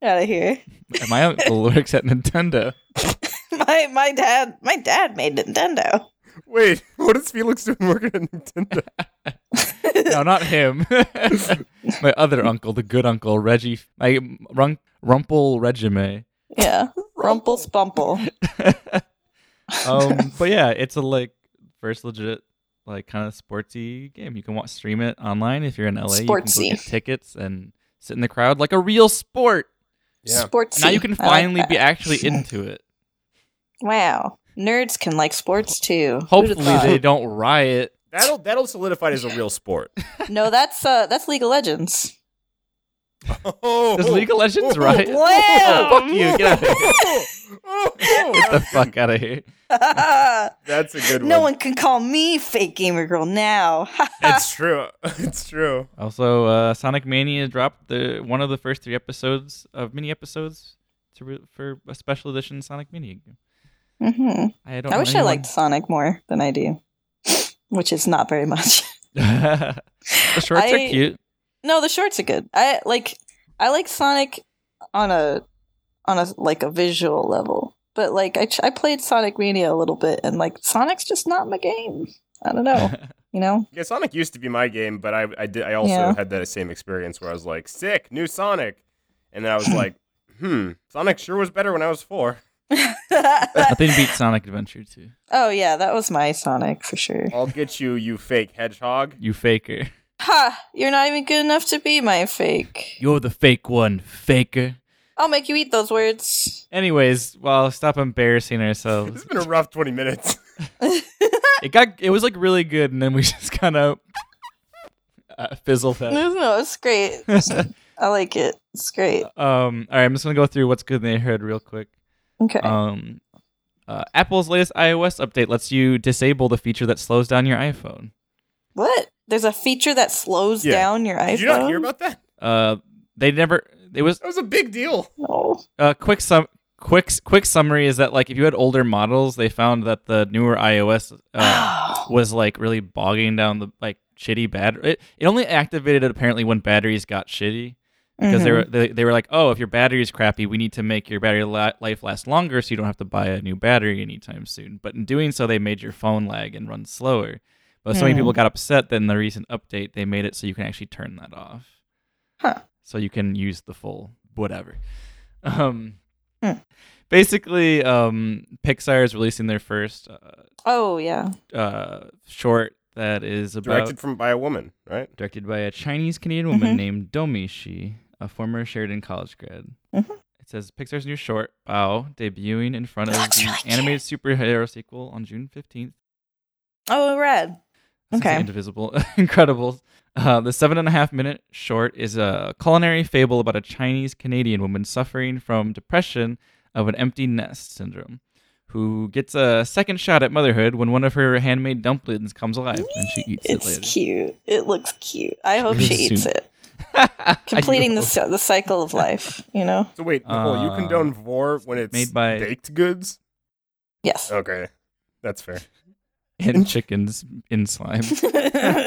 [SPEAKER 3] Out of here. [laughs]
[SPEAKER 1] My uncle works at Nintendo.
[SPEAKER 3] My my dad my dad made Nintendo.
[SPEAKER 2] Wait, [laughs] what is Felix doing working at Nintendo?
[SPEAKER 1] no, not him. [laughs] my other uncle, the good uncle, Reggie. My run- Rumple Regime.
[SPEAKER 3] Yeah. Rumple
[SPEAKER 1] [laughs]
[SPEAKER 3] Spumple.
[SPEAKER 1] Um, but yeah, it's a like first legit, like kind of sportsy game. You can watch stream it online if you're in LA.
[SPEAKER 3] Sportsy.
[SPEAKER 1] You can go get tickets and sit in the crowd like a real sport.
[SPEAKER 3] Sports.
[SPEAKER 1] now you can finally be actually into it.
[SPEAKER 3] Wow. Nerds can like sports too. Who'd have
[SPEAKER 1] Hopefully they don't riot.
[SPEAKER 2] That'll that'll solidify it as a real sport.
[SPEAKER 3] thought? No, that's uh that's League of
[SPEAKER 1] [laughs]
[SPEAKER 3] Legends.
[SPEAKER 2] [laughs] Oh,
[SPEAKER 1] Does League of Legends riot?
[SPEAKER 3] Wow.
[SPEAKER 1] [laughs] Fuck you! Get out of here.
[SPEAKER 2] Oh,
[SPEAKER 1] Get the fuck out of here.
[SPEAKER 2] That's a good
[SPEAKER 3] no
[SPEAKER 2] one.
[SPEAKER 3] one can call me fake gamer girl now. [laughs]
[SPEAKER 2] It's true. [laughs] It's true.
[SPEAKER 1] Also, uh, Sonic Mania dropped the one of the first three episodes of mini episodes to re- for a special edition Sonic Mania game.
[SPEAKER 3] hmm
[SPEAKER 1] I don't.
[SPEAKER 3] I
[SPEAKER 1] know
[SPEAKER 3] wish I liked [laughs] Sonic more than I do, [laughs] which is not very much. [laughs]
[SPEAKER 1] anyone- [laughs] the shorts
[SPEAKER 3] I-
[SPEAKER 1] are cute.
[SPEAKER 3] No, the shorts are good. I like I like Sonic on a on a like a visual level, but like I ch- I played Sonic Mania a little bit, and like Sonic's just not my game. I don't
[SPEAKER 2] [laughs]
[SPEAKER 3] know, you know.
[SPEAKER 2] Yeah, Sonic used to be my game, but I I did I also
[SPEAKER 3] Yeah.
[SPEAKER 2] had that same experience where I was like, sick, new Sonic, and then I was
[SPEAKER 3] [clears throat]
[SPEAKER 2] like, hmm, Sonic sure was better when I was four.
[SPEAKER 1] Nothing beats Sonic Adventure 2.
[SPEAKER 3] oh yeah, that was my Sonic for sure.
[SPEAKER 2] I'll get you, you fake hedgehog.
[SPEAKER 1] You faker.
[SPEAKER 3] Ha! You're not even good enough to be my fake.
[SPEAKER 1] [laughs] You're the fake one, faker.
[SPEAKER 3] I'll make you eat those words.
[SPEAKER 1] Anyways, well, stop embarrassing
[SPEAKER 2] This
[SPEAKER 3] [laughs]
[SPEAKER 1] ourselves.
[SPEAKER 2] has been a rough twenty minutes.
[SPEAKER 1] It got. It was like really good, and then we [laughs] just kind of uh, fizzled that.
[SPEAKER 3] [laughs] No, no, it's great. I like it. It's great.
[SPEAKER 1] Um. All right, I'm just gonna go through what's good in the neighborhood real quick.
[SPEAKER 3] Okay.
[SPEAKER 1] Um, uh, Apple's latest iOS update lets you disable the feature that slows down your iPhone.
[SPEAKER 3] what? There's a feature that slows
[SPEAKER 2] Yeah.
[SPEAKER 3] down your iPhone.
[SPEAKER 2] Did you not hear about that?
[SPEAKER 1] Uh, they never. It was
[SPEAKER 2] That was a big deal.
[SPEAKER 3] no.
[SPEAKER 1] a uh, quick sum. Quick quick summary is that like if you had older models, they found that the newer iOS
[SPEAKER 3] [gasps]
[SPEAKER 1] uh, was like really bogging down the like shitty battery. It, it only activated it apparently when batteries got shitty. because
[SPEAKER 3] Mm-hmm.
[SPEAKER 1] they were they, they were like, oh, if your battery is crappy, we need to make your battery la- life last longer, so you don't have to buy a new battery anytime soon. But in doing so, they made your phone lag and run slower, But so many
[SPEAKER 3] Hmm.
[SPEAKER 1] people got upset that in the recent update they made it so you can actually turn that off.
[SPEAKER 3] Huh.
[SPEAKER 1] So you can use the full whatever. [laughs] Um
[SPEAKER 3] Hmm.
[SPEAKER 1] basically um Pixar is releasing their first uh,
[SPEAKER 3] Oh yeah.
[SPEAKER 1] uh short that is about
[SPEAKER 2] Directed from by a woman, right?
[SPEAKER 1] directed by a Chinese Canadian woman
[SPEAKER 3] Mhm.
[SPEAKER 1] named Domi Shi, a former Sheridan College grad.
[SPEAKER 3] Mhm.
[SPEAKER 1] It says Pixar's new short, Bao, debuting in front of
[SPEAKER 3] Looks
[SPEAKER 1] the
[SPEAKER 3] really cute.
[SPEAKER 1] animated superhero sequel on June 15th.
[SPEAKER 3] Oh red.
[SPEAKER 1] Since the [laughs]
[SPEAKER 3] Okay.
[SPEAKER 1] Indivisible. Incredible. Uh, the seven and a half minute short is a culinary fable about a Chinese Canadian woman suffering from depression of an empty nest syndrome, who gets a second shot at motherhood when one of her handmade dumplings comes alive and she eats it
[SPEAKER 3] It's
[SPEAKER 1] later.
[SPEAKER 3] cute. It looks cute. I hope she eats
[SPEAKER 1] Soon.
[SPEAKER 3] it.
[SPEAKER 1] [laughs] I
[SPEAKER 3] Completing the
[SPEAKER 1] know.
[SPEAKER 3] cy- the cycle of life. You know.
[SPEAKER 2] So wait, Nicole, you
[SPEAKER 1] Uh,
[SPEAKER 2] condone vor when it's
[SPEAKER 1] made by-
[SPEAKER 2] baked goods?
[SPEAKER 3] Yes.
[SPEAKER 2] Okay, that's fair.
[SPEAKER 1] and chickens in slime.
[SPEAKER 3] [laughs]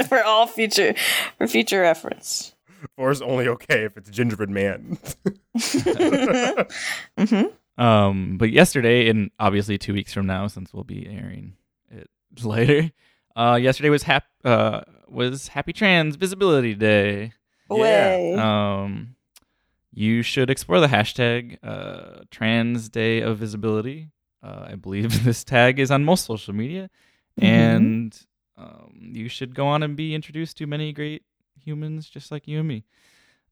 [SPEAKER 3] for all future for future reference. [laughs]
[SPEAKER 2] Vor's only okay if it's gingerbread man. [laughs]
[SPEAKER 3] mm-hmm.
[SPEAKER 1] Um, but yesterday, and obviously two weeks from now, since we'll be airing it [laughs] later, uh, yesterday was hap- uh, was Happy Trans Visibility Day.
[SPEAKER 3] Way.
[SPEAKER 1] Um, you should explore the hashtag uh, Trans Day of Visibility. Uh, I believe [laughs] this tag is on most social media,
[SPEAKER 3] Mhm.
[SPEAKER 1] and um, you should go on and be introduced to many great humans just like you and me.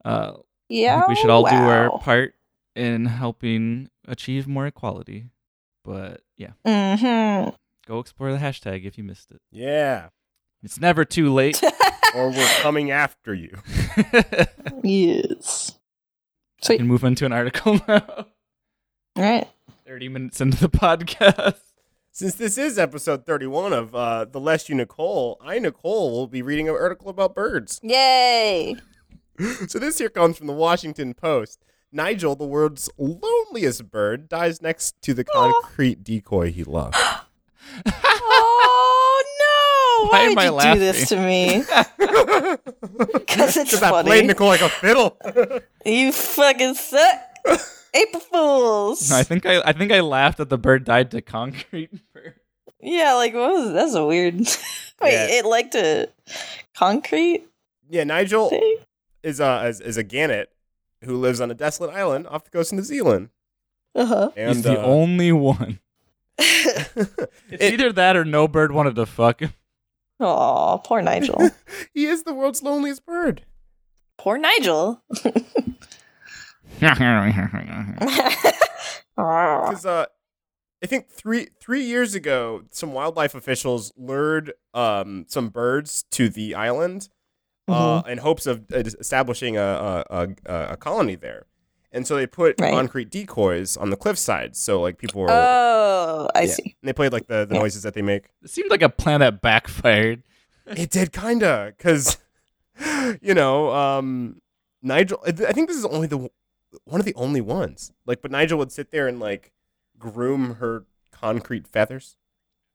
[SPEAKER 1] Uh, I
[SPEAKER 3] yeah.
[SPEAKER 1] think we should all do our
[SPEAKER 3] Oh, wow.
[SPEAKER 1] part in helping achieve more equality. But yeah,
[SPEAKER 3] Mhm.
[SPEAKER 1] go explore the hashtag if you missed it.
[SPEAKER 2] yeah,
[SPEAKER 1] It's never too late. [laughs]
[SPEAKER 2] or we're coming after you.
[SPEAKER 1] and
[SPEAKER 3] Yes. Sweet.
[SPEAKER 1] move on to an article [laughs] now.
[SPEAKER 3] All right.
[SPEAKER 1] 30 minutes into the podcast.
[SPEAKER 2] Since this is episode 31 of uh, The Less You Nicole, I, Nicole, will be reading an article about birds.
[SPEAKER 3] Yay.
[SPEAKER 2] So this here comes from the Washington Post. Nigel, the world's loneliest bird, dies next to the concrete decoy he loved.
[SPEAKER 3] oh no!
[SPEAKER 1] Why
[SPEAKER 3] Why,
[SPEAKER 1] am
[SPEAKER 3] would
[SPEAKER 1] I
[SPEAKER 3] you do this to
[SPEAKER 1] [laughs]
[SPEAKER 3] me? Because it's
[SPEAKER 2] Because I played
[SPEAKER 3] funny.
[SPEAKER 2] Nicole like a fiddle.
[SPEAKER 3] [laughs] You fucking
[SPEAKER 1] [laughs]
[SPEAKER 3] suck. April Fools.
[SPEAKER 1] No, I think I, I think I laughed that the bird died to concrete. [laughs] Bird.
[SPEAKER 3] yeah, like what was that's a weird. [laughs] Wait,
[SPEAKER 2] Yeah.
[SPEAKER 3] it liked a concrete
[SPEAKER 2] yeah,
[SPEAKER 1] Oh.
[SPEAKER 2] Nigel
[SPEAKER 3] thing.
[SPEAKER 2] is a, is, is a gannet who lives on a desolate island off the coast of New Zealand.
[SPEAKER 3] Uh huh.
[SPEAKER 2] And,
[SPEAKER 1] He's the
[SPEAKER 2] uh, [laughs]
[SPEAKER 1] only one. It's
[SPEAKER 2] It-
[SPEAKER 1] either that or no bird wanted to fuck him. [laughs]
[SPEAKER 3] Aw, poor Nigel.
[SPEAKER 2] he is the world's loneliest bird.
[SPEAKER 3] poor Nigel. [laughs]
[SPEAKER 2] Because uh, I think three three years ago, some wildlife officials lured um, some birds to the island uh,
[SPEAKER 3] Mm-hmm.
[SPEAKER 2] in hopes of uh, dis- establishing a, a, a, a colony there. And so they put
[SPEAKER 3] Right.
[SPEAKER 2] concrete decoys on the cliff sides. So like people were,
[SPEAKER 3] oh, I
[SPEAKER 2] Yeah.
[SPEAKER 3] see.
[SPEAKER 2] and they played like the, the
[SPEAKER 3] Yeah.
[SPEAKER 2] noises that they make.
[SPEAKER 1] it seemed like a plan that backfired.
[SPEAKER 2] It did kinda, cause you know, um, Nigel. I th- I think this is only the one of the only ones. Like, but Nigel would sit there and like groom her concrete feathers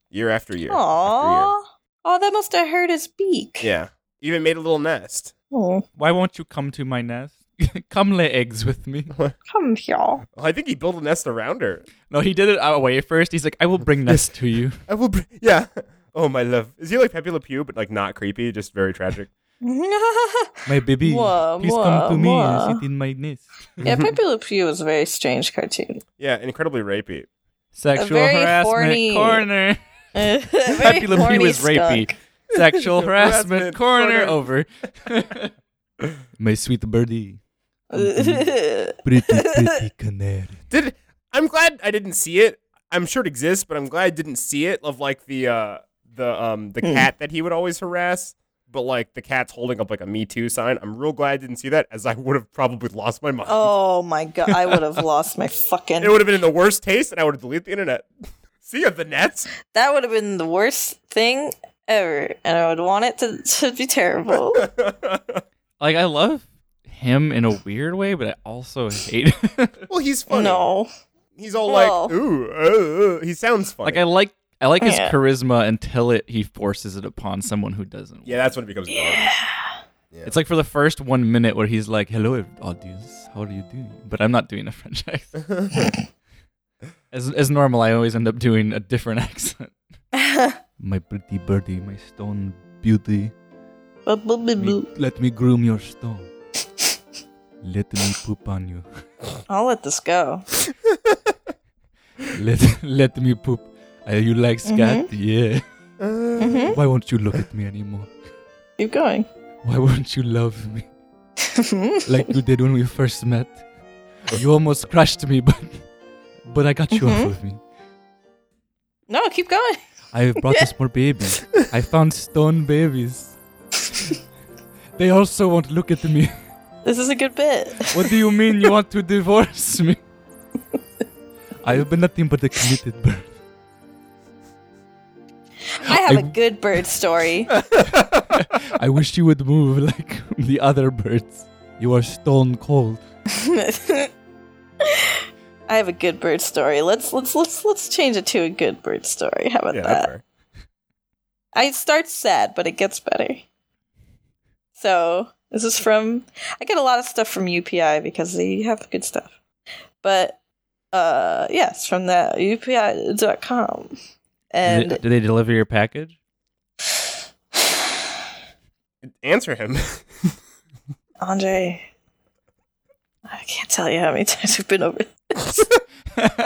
[SPEAKER 2] year after year. after
[SPEAKER 3] Aw. Oh, that must have hurt his beak.
[SPEAKER 2] year. Yeah, even made a little nest.
[SPEAKER 3] Oh,
[SPEAKER 1] Why won't you come to my nest? [laughs] come lay eggs with me.
[SPEAKER 3] come here. [laughs]
[SPEAKER 2] Well, Oh, I think he built a nest around her.
[SPEAKER 1] No, he did it away first. He's like, I will bring this to you.
[SPEAKER 2] I will. Br- yeah. [laughs] Oh my love. Is he like Pepe Le Pew, but like not creepy, just very [laughs] tragic?
[SPEAKER 1] My baby,
[SPEAKER 3] Mwah,
[SPEAKER 1] please come to
[SPEAKER 3] mwah,
[SPEAKER 1] me
[SPEAKER 3] mwah.
[SPEAKER 1] and sit in my nest. [laughs]
[SPEAKER 3] yeah, Pepe Le Pew was a very strange cartoon.
[SPEAKER 2] yeah, incredibly rapey.
[SPEAKER 1] Sexual
[SPEAKER 3] very
[SPEAKER 1] harassment
[SPEAKER 3] horny-
[SPEAKER 1] corner.
[SPEAKER 3] Very
[SPEAKER 1] [laughs] Happy Le Pew
[SPEAKER 3] horny
[SPEAKER 1] is rapey.
[SPEAKER 3] skunk. [laughs]
[SPEAKER 1] Sexual harassment
[SPEAKER 2] Harassment
[SPEAKER 1] corner
[SPEAKER 2] corner.
[SPEAKER 1] over. [laughs] my sweet birdie, pretty pretty canary.
[SPEAKER 2] Did I'm glad I didn't see it. I'm sure it exists, but I'm glad I didn't see it of like the uh the um the
[SPEAKER 3] Hmm.
[SPEAKER 2] cat that he would always harass, but like the cat's holding up like a Me Too sign. I'm real glad I didn't see that, as I would have probably lost my mind.
[SPEAKER 3] [laughs] oh my god, I would have lost my fucking.
[SPEAKER 2] It would have been in the worst taste, and I would have deleted the internet. [laughs] see ya, the nets.
[SPEAKER 3] that would have been the worst thing ever, and I would want it to, to
[SPEAKER 1] [laughs]
[SPEAKER 3] be terrible.
[SPEAKER 1] Like I love him in a weird way, but I also hate. [laughs] him.
[SPEAKER 2] well, he's funny.
[SPEAKER 3] no.
[SPEAKER 2] He's all
[SPEAKER 3] No.
[SPEAKER 2] like, ooh, uh, uh," he sounds funny.
[SPEAKER 1] like I like I like his
[SPEAKER 3] Yeah.
[SPEAKER 1] charisma until it he forces it upon someone who doesn't.
[SPEAKER 2] yeah, that's when it becomes. Yeah.
[SPEAKER 1] It's like for the first one minute where he's like, "Hello, ev- audience, how are you doing?" But I'm not doing a French [laughs] accent. [laughs] as as normal, I always end up doing a different accent. My pretty birdie, my stone beauty.
[SPEAKER 3] Boo, boo,
[SPEAKER 1] Me-
[SPEAKER 3] boo, boo.
[SPEAKER 1] let me groom your stone. let me poop on you.
[SPEAKER 3] I'll let this go.
[SPEAKER 1] Let [laughs] let me poop. Uh, you like scat? Yeah.
[SPEAKER 3] hmm
[SPEAKER 1] Why won't you look at me anymore?
[SPEAKER 3] Keep going.
[SPEAKER 1] Why won't you love me like you did when we first met? You almost crushed me, but but I got you off of me.
[SPEAKER 3] no, keep going.
[SPEAKER 1] I brought us more babies. I found stone babies. they also won't look at me.
[SPEAKER 3] This is a good bit.
[SPEAKER 1] What do you mean you want to divorce me? I have been nothing but a committed bird.
[SPEAKER 3] I have
[SPEAKER 1] I-
[SPEAKER 3] a good bird
[SPEAKER 1] [laughs]
[SPEAKER 3] story. [laughs]
[SPEAKER 1] I wish you would move like the other birds. You are stone cold.
[SPEAKER 3] I have a good bird story. Let's let's let's let's change it to a good bird story. How about
[SPEAKER 2] Yeah,
[SPEAKER 3] that?
[SPEAKER 2] that's fair.
[SPEAKER 3] I start sad, but it gets better. So this is from I get a lot of stuff from UPI because they have good stuff. But uh yes, from that UPI.com. And
[SPEAKER 1] did they deliver your package?
[SPEAKER 2] Answer him. [laughs]
[SPEAKER 3] Andre I can't tell you how many [laughs] times we've been over this.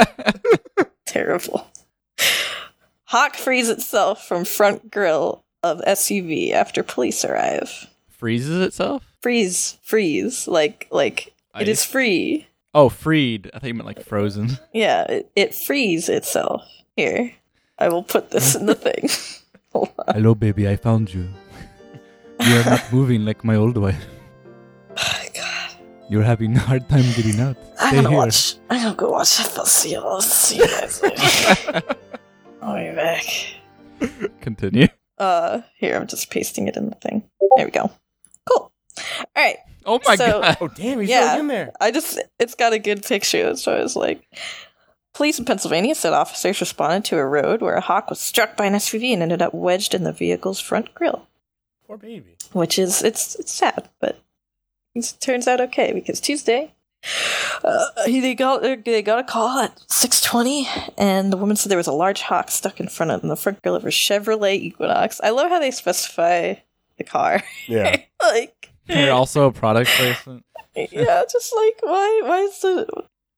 [SPEAKER 1] [laughs]
[SPEAKER 3] Terrible. Hawk frees itself from front grill of SUV after police arrive.
[SPEAKER 1] Freezes itself?
[SPEAKER 3] Freeze, freeze, like like it is
[SPEAKER 1] Ice.
[SPEAKER 3] free.
[SPEAKER 1] Oh, freed. I think you meant like frozen.
[SPEAKER 3] Yeah, it, it frees itself. Here, I will put this
[SPEAKER 1] [laughs]
[SPEAKER 3] in the thing. Hold on.
[SPEAKER 1] Hello, baby. I found you. You are not moving like my old wife. You're having a hard time getting out.
[SPEAKER 3] I'm
[SPEAKER 1] Stay
[SPEAKER 3] gonna
[SPEAKER 1] here.
[SPEAKER 3] watch. I'm gonna go watch [laughs] FLC. See you. I'll see you guys later. I'll be back.
[SPEAKER 1] Continue.
[SPEAKER 3] Uh, here I'm just pasting it in the thing. There we go. Cool. All right.
[SPEAKER 1] Oh my
[SPEAKER 3] So-
[SPEAKER 1] god.
[SPEAKER 2] Oh damn,
[SPEAKER 3] he's Yeah. really in
[SPEAKER 2] there.
[SPEAKER 3] I just it's got a good picture, so I was like Police in Pennsylvania said officers responded to a road where a hawk was struck by an SUV and ended up wedged in the vehicle's front grill.
[SPEAKER 2] Poor
[SPEAKER 3] [laughs]
[SPEAKER 2] baby.
[SPEAKER 3] Which is it's it's sad, but it turns out okay because Tuesday uh, he- they got they got a call at six twenty, and the woman said there was a large hawk stuck in front of in the front grill of her Chevrolet Equinox. I love how they specify the car,
[SPEAKER 2] Yeah.
[SPEAKER 3] [laughs] like
[SPEAKER 1] You're also a product placement.
[SPEAKER 3] yeah, just like why why is the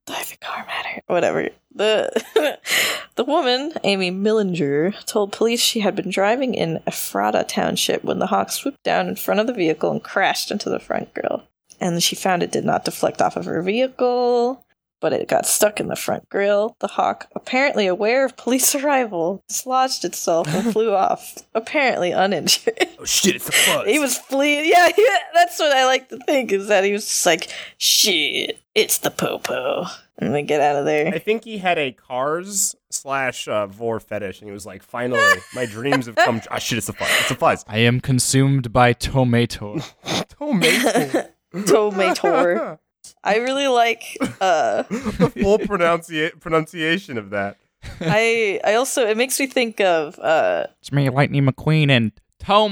[SPEAKER 3] does the car matter? Whatever. The [laughs] the woman, Amy Millinger, told police she had been driving in Ephrata Township when the hawk swooped down in front of the vehicle and crashed into the front grill. And she found it did not deflect off of her vehicle, but it got stuck in the front grill. The hawk, apparently aware of police [laughs] arrival, dislodged itself and flew off, apparently uninjured.
[SPEAKER 2] Oh shit, it's a fuzz.
[SPEAKER 3] He was fleeing. Yeah, [laughs] yeah, that's what I like to think is that he was just like, shit, it's the popo. I'm gonna get out
[SPEAKER 2] I
[SPEAKER 3] of
[SPEAKER 2] [laughs]
[SPEAKER 3] there.
[SPEAKER 2] think he had a cars slash uh, vor fetish, and he was like, "Finally, my dreams have come." tr- Ah, shit, it's a fuzz. It's a fuzz.
[SPEAKER 1] I am consumed by tomato.
[SPEAKER 2] Tomato.
[SPEAKER 3] Tomator. I really like. uh
[SPEAKER 2] [laughs] the full pronuncia- pronunciation of that.
[SPEAKER 3] I I also it makes me think of. uh
[SPEAKER 1] It's me, Lightning McQueen, and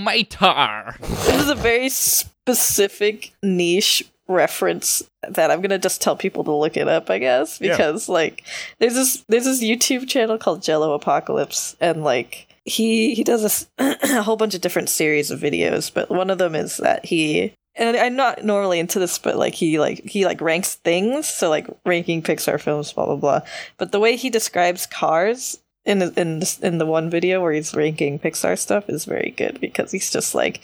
[SPEAKER 1] tomato.
[SPEAKER 3] This is a very specific niche reference that I'm gonna just tell people to look it up. I guess
[SPEAKER 2] Yeah.
[SPEAKER 3] because like there's this there's this YouTube channel called Jello Apocalypse and like. He he does this, [clears throat] a whole bunch of different series of videos, but one of them is that he and I'm not normally into this, but like he like he like ranks things, so like ranking Pixar films, blah blah blah. But the way he describes cars in the- in this, in the one video where he's ranking Pixar stuff is very good because he's just like,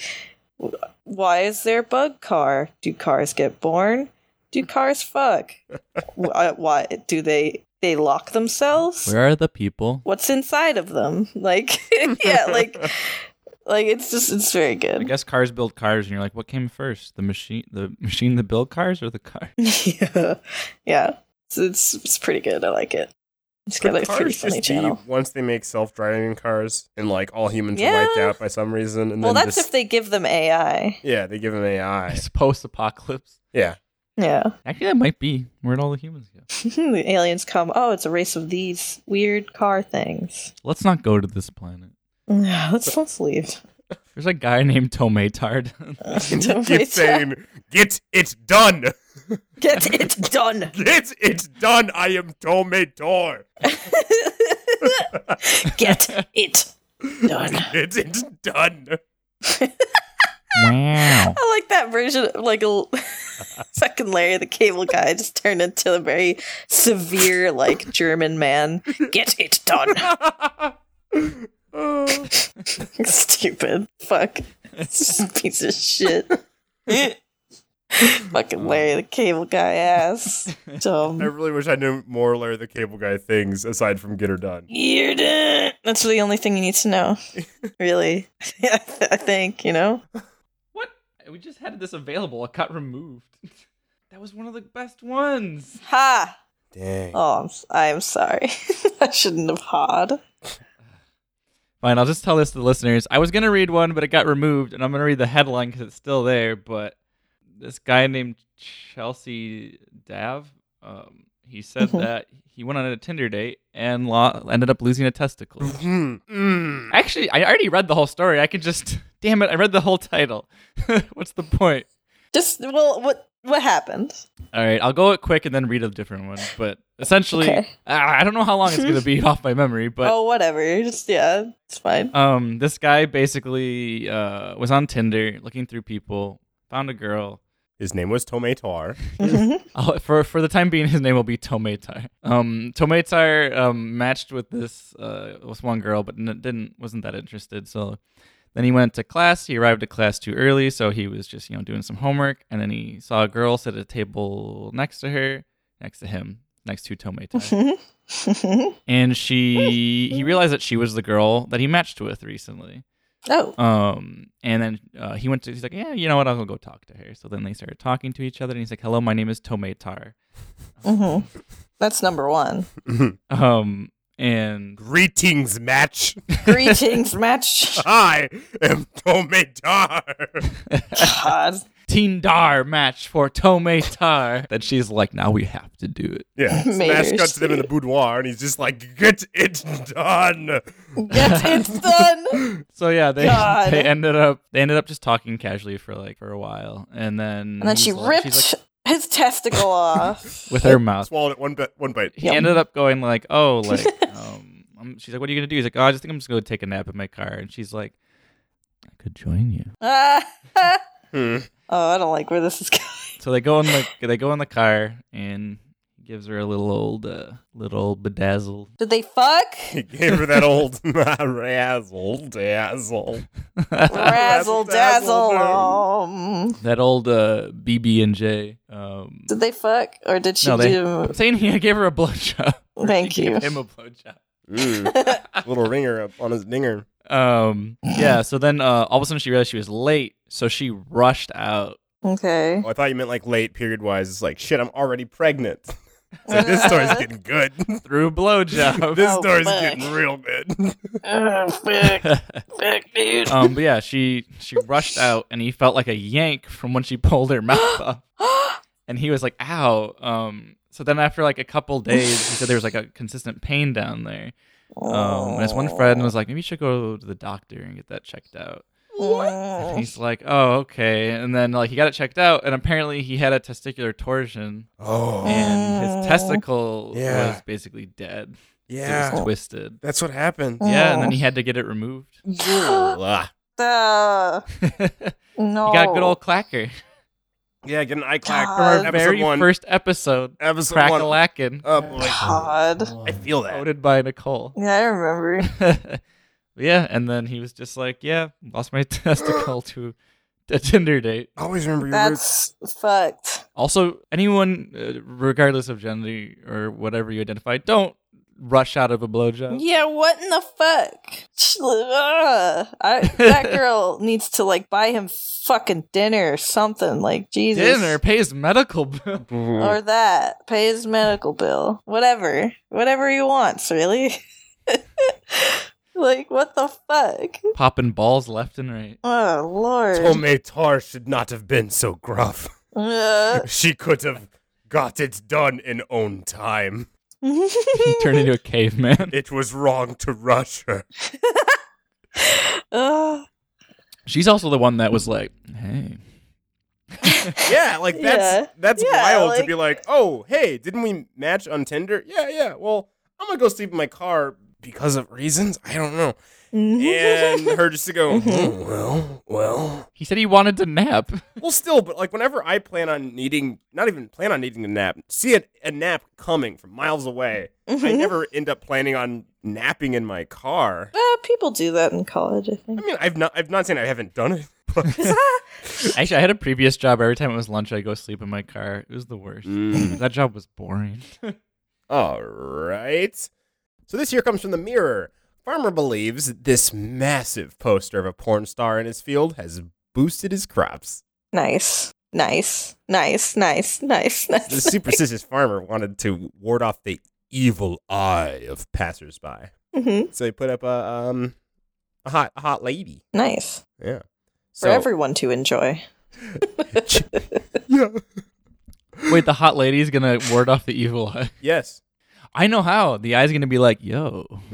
[SPEAKER 3] why is there a bug car? Do cars get born? Do
[SPEAKER 2] [laughs]
[SPEAKER 3] cars fuck? why, why do they they lock themselves?
[SPEAKER 1] Where are the people?
[SPEAKER 3] What's inside of them? [laughs] Like yeah, like like it's just it's very
[SPEAKER 1] I
[SPEAKER 3] good.
[SPEAKER 1] guess cars build cars, and you're like, what came first, the machine, the machine that built cars, or the car?
[SPEAKER 3] [laughs] yeah, yeah. So it's it's pretty good. I like it. It's got a
[SPEAKER 2] Could
[SPEAKER 3] pretty
[SPEAKER 2] cars
[SPEAKER 3] funny
[SPEAKER 2] just be
[SPEAKER 3] channel.
[SPEAKER 2] once they make self-driving cars, and like all humans are wiped
[SPEAKER 3] Yeah.
[SPEAKER 2] out by some reason, and
[SPEAKER 3] Well,
[SPEAKER 2] then
[SPEAKER 3] that's
[SPEAKER 2] just
[SPEAKER 3] if they give them AI.
[SPEAKER 2] yeah, they give them AI.
[SPEAKER 1] It's post-apocalypse.
[SPEAKER 3] [laughs]
[SPEAKER 2] Yeah,
[SPEAKER 3] Yeah.
[SPEAKER 1] Actually, that might be where'd all the humans go.
[SPEAKER 3] the aliens come. Oh, it's a race of these weird car things. [sighs]
[SPEAKER 1] Let's not go to this planet.
[SPEAKER 3] let's let's leave. [laughs]
[SPEAKER 1] There's a guy [laughs] named Tomatard.
[SPEAKER 3] Don't
[SPEAKER 2] keep
[SPEAKER 3] wait.
[SPEAKER 2] saying, "Get it done,
[SPEAKER 3] [laughs] Get it done. [laughs]
[SPEAKER 2] get it done." I am Tomator.
[SPEAKER 3] Get it Done.
[SPEAKER 2] It's, it's done.
[SPEAKER 1] Wow.
[SPEAKER 3] I like that version of like a l- [laughs] second Larry the Cable Guy just turned into a very severe like German man. Get it done. [laughs] Stupid. Fuck. [laughs] Piece of shit. Fucking Larry the Cable Guy ass.
[SPEAKER 2] I
[SPEAKER 3] Dumb.
[SPEAKER 2] really wish I knew more Larry the Cable Guy things aside from Get Her Done.
[SPEAKER 3] You're done. That's the only thing you need to know. Really. [laughs] I think, you know?
[SPEAKER 1] What? We just had this available. It got removed. [laughs] that was one of the best ones.
[SPEAKER 3] Ha!
[SPEAKER 2] Dang.
[SPEAKER 3] Oh, I'm, s- I'm sorry. [laughs] I shouldn't have hawed.
[SPEAKER 1] Fine, I'll just tell this to the listeners. I was gonna read one, but it got removed, and I'm gonna read the headline because it's still there. But this guy named Chelsea Dav, um, he said
[SPEAKER 3] Mhm.
[SPEAKER 1] that he went on a Tinder date and lo- ended up losing a testicle.
[SPEAKER 2] Mm-hmm.
[SPEAKER 1] Actually, I already read the whole story. I could just, [laughs] damn it, I read the whole title. [laughs] What's the point?
[SPEAKER 3] Just well, what what happened?
[SPEAKER 1] All right, I'll go it quick and then read a different one. But essentially,
[SPEAKER 3] Okay.
[SPEAKER 1] ah, I don't know how long it's gonna be off my memory, but
[SPEAKER 3] oh, whatever. Just yeah, it's fine.
[SPEAKER 1] um this guy basically uh was on tinder looking through people found a girl
[SPEAKER 2] His name was Tomei Tar.
[SPEAKER 3] Mhm.
[SPEAKER 1] Oh, for for the time being his name will be tomatar um tomatar um matched with this uh with one girl but n- didn't wasn't that interested so then he went to class he arrived at class too early so he was just you know doing some homework and then he saw a girl sit at a table next to her next to him next to tomatar and
[SPEAKER 3] [laughs]
[SPEAKER 1] she he realized that she was the girl that he matched with recently
[SPEAKER 3] [laughs] oh,
[SPEAKER 1] um, and then uh, he went to. He's like, yeah, you know what? I'll go talk to her. So then they started talking to each other, and he's like, hello, my name is Tomei Tar.
[SPEAKER 3] mhm. that's number one.
[SPEAKER 1] Um, and
[SPEAKER 2] Greetings, match.
[SPEAKER 3] [laughs] Greetings, match.
[SPEAKER 2] I am Tomei Tar.
[SPEAKER 3] God,
[SPEAKER 1] Teen Dar match for Tomei [laughs] Tar. that she's like, now we have to do it.
[SPEAKER 2] Yeah, Smash
[SPEAKER 3] Mater
[SPEAKER 2] cuts to them in the boudoir, and he's just like, "Get it done."
[SPEAKER 3] [laughs] get it done.
[SPEAKER 1] So yeah, they
[SPEAKER 3] God.
[SPEAKER 1] they ended up they ended up just talking casually for like for a while, and then
[SPEAKER 3] And then
[SPEAKER 1] he's
[SPEAKER 3] she
[SPEAKER 1] like-
[SPEAKER 3] ripped
[SPEAKER 1] she's like- [laughs]
[SPEAKER 3] his testicle off. [laughs]
[SPEAKER 1] with her mouth.
[SPEAKER 2] Swallowed it one bit. One bite.
[SPEAKER 1] He
[SPEAKER 3] Yum.
[SPEAKER 1] ended up going like,
[SPEAKER 3] [laughs]
[SPEAKER 1] oh, like, um, um, she's like, what are you gonna do? He's like, oh, I just think I'm just gonna take a nap in my car, and she's like, I could join you.
[SPEAKER 3] Ah.
[SPEAKER 2] Hmm.
[SPEAKER 3] oh, I don't like where this is going.
[SPEAKER 1] So they go in the [laughs] they go in the car and he gives her a little old uh, little old bedazzle.
[SPEAKER 3] Did
[SPEAKER 1] [laughs]
[SPEAKER 3] they fuck?
[SPEAKER 2] He gave her that old [laughs] razzle dazzle.
[SPEAKER 3] Razzle
[SPEAKER 2] Razzle
[SPEAKER 3] dazzle.
[SPEAKER 2] dazzle.
[SPEAKER 3] Um,
[SPEAKER 1] that old uh, BB and J.
[SPEAKER 3] [laughs]
[SPEAKER 1] Um,
[SPEAKER 3] did they fuck or did she
[SPEAKER 1] no, they
[SPEAKER 3] do?
[SPEAKER 1] I'm saying he gave her a blowjob. [laughs] Or
[SPEAKER 3] Thank
[SPEAKER 1] she gave
[SPEAKER 3] you.
[SPEAKER 1] Him a blowjob.
[SPEAKER 2] Mm. Little ringer up on his dinger.
[SPEAKER 1] Um, yeah. So then uh, all of a sudden she realized she was late, so she rushed out.
[SPEAKER 3] Okay.
[SPEAKER 2] Oh, I thought you meant like late period wise. It's like shit. I'm already pregnant. It's like, this story's getting [laughs] good.
[SPEAKER 1] Through
[SPEAKER 3] [laughs]
[SPEAKER 1] blowjob.
[SPEAKER 2] this
[SPEAKER 3] Oh,
[SPEAKER 2] story's
[SPEAKER 3] fuck.
[SPEAKER 2] getting real good.
[SPEAKER 3] Oh, fuck, fuck, [gasps] dude.
[SPEAKER 1] um, but yeah, she she rushed out, and he felt like a yank from when she pulled
[SPEAKER 2] [gasps]
[SPEAKER 1] her mouth up. and he was like, "Ow." Um, so then after like a couple days, he said there was like a consistent pain down there. Um, and his one friend was like, "Maybe you should go to the doctor and get that checked out." And he's like, "Oh, okay." And then like he got it checked out, and apparently he had a testicular torsion,
[SPEAKER 2] Oh
[SPEAKER 1] and his testicle
[SPEAKER 2] Yeah.
[SPEAKER 1] was basically dead. It
[SPEAKER 2] yeah, Oh.
[SPEAKER 1] was twisted.
[SPEAKER 2] that's what happened.
[SPEAKER 1] Yeah, and then he had to get it removed. [laughs]
[SPEAKER 3] [laughs]
[SPEAKER 2] Ah.
[SPEAKER 3] Uh,
[SPEAKER 1] he got
[SPEAKER 3] no.
[SPEAKER 1] a
[SPEAKER 2] Oh.
[SPEAKER 1] good old clacker
[SPEAKER 2] yeah, get an eye clack
[SPEAKER 3] God.
[SPEAKER 2] from our
[SPEAKER 3] Episode
[SPEAKER 1] very
[SPEAKER 2] episode one.
[SPEAKER 1] first episode.
[SPEAKER 2] episode
[SPEAKER 1] Crack a
[SPEAKER 2] one.
[SPEAKER 1] lackin',
[SPEAKER 2] Oh boy,
[SPEAKER 3] God.
[SPEAKER 2] I feel that.
[SPEAKER 1] quoted by Nicole. [laughs]
[SPEAKER 3] Yeah, I remember.
[SPEAKER 1] yeah, and then he was just like, "Yeah, lost my [laughs] testicle to a Tinder date."
[SPEAKER 2] Always remember your roots.
[SPEAKER 3] That's fucked.
[SPEAKER 1] Also, anyone, uh, regardless of gender or whatever you identify, don't rush out of a blowjob.
[SPEAKER 3] Yeah, what in the fuck? Ch- ugh. I,
[SPEAKER 1] [laughs]
[SPEAKER 3] that girl needs to like buy him fucking dinner or something. Like Jesus,
[SPEAKER 1] Dinner pays medical [laughs] bill.
[SPEAKER 3] or that pay his medical bill, whatever, whatever he wants, really. [laughs] like what the fuck?
[SPEAKER 1] Popping balls left and right.
[SPEAKER 3] Oh Lord.
[SPEAKER 2] Tomei Tar should not have been so gruff.
[SPEAKER 3] Uh.
[SPEAKER 2] She could have got it done in own time.
[SPEAKER 1] He turned into a caveman.
[SPEAKER 2] It was wrong to rush her.
[SPEAKER 3] [laughs] Ugh.
[SPEAKER 1] She's also the one that was like, "Hey,
[SPEAKER 2] Yeah, like that's
[SPEAKER 3] Yeah.
[SPEAKER 2] that's
[SPEAKER 3] Yeah,
[SPEAKER 2] wild to
[SPEAKER 3] like-
[SPEAKER 2] be like, oh hey, didn't we match on Tinder? Yeah, yeah. Well, I'm gonna go sleep in my car because of reasons I don't know.
[SPEAKER 3] Mm-hmm.
[SPEAKER 2] And her just to
[SPEAKER 3] [laughs]
[SPEAKER 2] go, "Oh, well, well,
[SPEAKER 1] He said he wanted to nap.
[SPEAKER 2] well, still, but like whenever I plan on needing, not even plan on needing a nap, see a, a nap coming from miles away, I
[SPEAKER 3] Mhm.
[SPEAKER 2] never end up planning on napping in my car.
[SPEAKER 3] Uh, people do that in college, I
[SPEAKER 2] I
[SPEAKER 3] think.
[SPEAKER 2] mean, I've not, I've not saying I haven't done it, [laughs] but
[SPEAKER 1] Actually, I had a previous job. Every time it was lunch, I go sleep in my car. It was the worst.
[SPEAKER 2] Mm.
[SPEAKER 1] That job was boring.
[SPEAKER 2] All right. So this here comes from the Mirror. Farmer believes this massive poster of a porn star in his field has boosted his crops.
[SPEAKER 3] Nice. Nice. Nice. Nice. Nice. [laughs]
[SPEAKER 2] The
[SPEAKER 3] Nice.
[SPEAKER 2] superstitious farmer wanted to ward off the evil eye of passersby,
[SPEAKER 3] hmm
[SPEAKER 2] so he put up a um a hot a hot lady.
[SPEAKER 3] Nice.
[SPEAKER 2] Yeah.
[SPEAKER 3] For everyone to enjoy.
[SPEAKER 2] yeah.
[SPEAKER 1] Wait, the hot lady's gonna ward off the evil eye.
[SPEAKER 2] Yes.
[SPEAKER 1] I know how. The eye's gonna be like, "Yo, I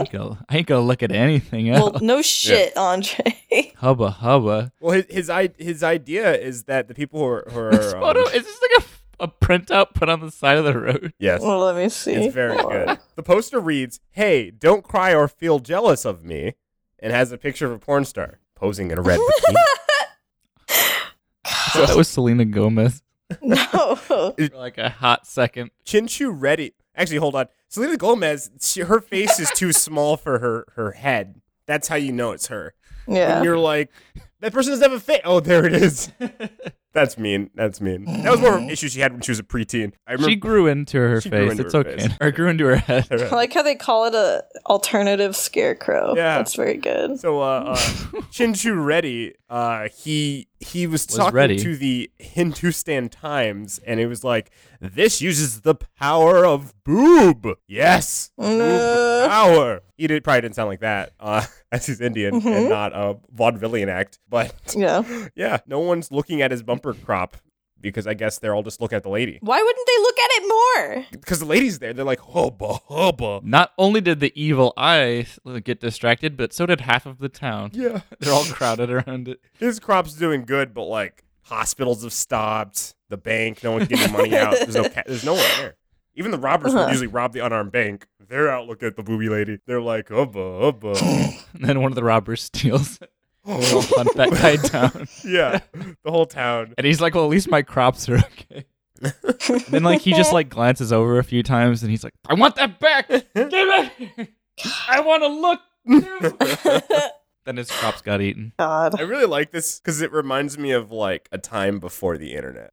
[SPEAKER 2] [laughs]
[SPEAKER 1] ain't gonna, I ain't gonna look at anything else."
[SPEAKER 3] Well, no shit, Andre. [laughs]
[SPEAKER 1] hubba hubba.
[SPEAKER 2] Well, his his, I- his idea is that the people who are, who
[SPEAKER 1] [laughs] This
[SPEAKER 2] are
[SPEAKER 1] photo
[SPEAKER 2] um,
[SPEAKER 1] is this like a, a printout put on the side of
[SPEAKER 2] [laughs]
[SPEAKER 1] the road?
[SPEAKER 2] yes.
[SPEAKER 3] well, let me see.
[SPEAKER 2] It's very good. The poster reads, "Hey, don't cry or feel jealous of me," and has a picture of a porn star posing in a red
[SPEAKER 3] [laughs]
[SPEAKER 2] bikini.
[SPEAKER 1] that was Selena Gomez
[SPEAKER 3] [laughs]
[SPEAKER 2] [laughs]
[SPEAKER 3] No.
[SPEAKER 1] for like a hot second.
[SPEAKER 2] Chinchu Reddy. Actually, hold on. Selena Gomez. She, her face is too small for her her head. That's how you know it's her.
[SPEAKER 3] Yeah.
[SPEAKER 2] And you're like, that person doesn't have a face. Oh, there it
[SPEAKER 1] [laughs]
[SPEAKER 2] is. That's mean. That's mean. That was
[SPEAKER 3] Mm-hmm.
[SPEAKER 2] more of an issue she had when she was a preteen. I remember.
[SPEAKER 1] She grew into her
[SPEAKER 2] She grew
[SPEAKER 1] face.
[SPEAKER 2] into
[SPEAKER 1] it's
[SPEAKER 2] her
[SPEAKER 1] okay.
[SPEAKER 2] face.
[SPEAKER 1] Or grew into her head.
[SPEAKER 2] Her head.
[SPEAKER 3] I like how they call it a alternative scarecrow.
[SPEAKER 2] Yeah.
[SPEAKER 3] That's very good.
[SPEAKER 2] So [laughs] uh, uh Chinchu Reddy, uh, he he was,
[SPEAKER 1] Was
[SPEAKER 2] talking
[SPEAKER 1] ready.
[SPEAKER 2] to the Hindustan Times, and it was like, "This uses the power of boob." Yes,
[SPEAKER 3] No. uh,
[SPEAKER 2] boob power. He did, probably didn't sound like that, uh, [laughs] as he's Indian and
[SPEAKER 3] Mhm.
[SPEAKER 2] not a vaudevillian act. But [laughs]
[SPEAKER 3] Yeah.
[SPEAKER 2] yeah, no one's looking at his bumper crop because I guess they're all just looking at the lady
[SPEAKER 3] Why wouldn't they look
[SPEAKER 2] [laughs]
[SPEAKER 3] at it more? [laughs]
[SPEAKER 2] because the lady's there. They're like, "Hubba hubba."
[SPEAKER 1] Not only did the evil eye get distracted, but so did half of the town.
[SPEAKER 2] Yeah,
[SPEAKER 1] They're all crowded around it.
[SPEAKER 2] his crop's doing good, but like hospitals have stopped. The bank, no one's getting money out. There's no, ca- there's no one there. Even the robbers who
[SPEAKER 3] Uh-huh.
[SPEAKER 2] usually rob the unarmed bank, they're out looking at the booby lady. They're like, hubba,
[SPEAKER 3] [laughs]
[SPEAKER 2] hubba.
[SPEAKER 1] [laughs] And then one of the robbers steals it. They all hunt that guy down.
[SPEAKER 2] yeah, the whole town.
[SPEAKER 1] And he's like, well, at least my crops are okay. And then like he just like glances over a few times and he's like, I want that back. Give it. I want to look. too." then his crops got eaten.
[SPEAKER 3] God.
[SPEAKER 2] I really like this because it reminds me of like a time before the
[SPEAKER 3] [laughs]
[SPEAKER 2] internet.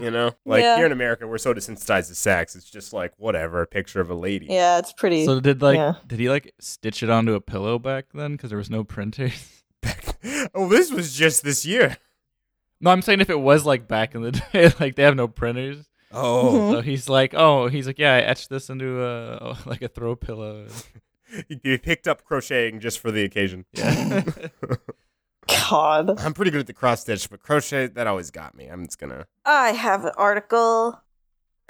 [SPEAKER 2] you know, like
[SPEAKER 3] Yeah.
[SPEAKER 2] here in America, we're so desensitized to sex. It's just like whatever, a picture of a lady.
[SPEAKER 3] Yeah, it's pretty.
[SPEAKER 1] So did like
[SPEAKER 3] Yeah.
[SPEAKER 1] did he like stitch it onto a pillow back then because there was no printers? [laughs]
[SPEAKER 2] Oh, this was just this year.
[SPEAKER 1] No, I'm saying if it was like back in the [laughs] day, like they have no printers.
[SPEAKER 2] Oh,
[SPEAKER 3] Hmm.
[SPEAKER 1] So he's like, oh, he's like, yeah, I etched this into a [laughs] like a throw pillow.
[SPEAKER 2] [laughs] he picked up crocheting just for the occasion.
[SPEAKER 1] Yeah.
[SPEAKER 3] God.
[SPEAKER 2] I'm pretty good at the cross stitch, but crochet that always got me. I'm just gonna.
[SPEAKER 3] I have an article.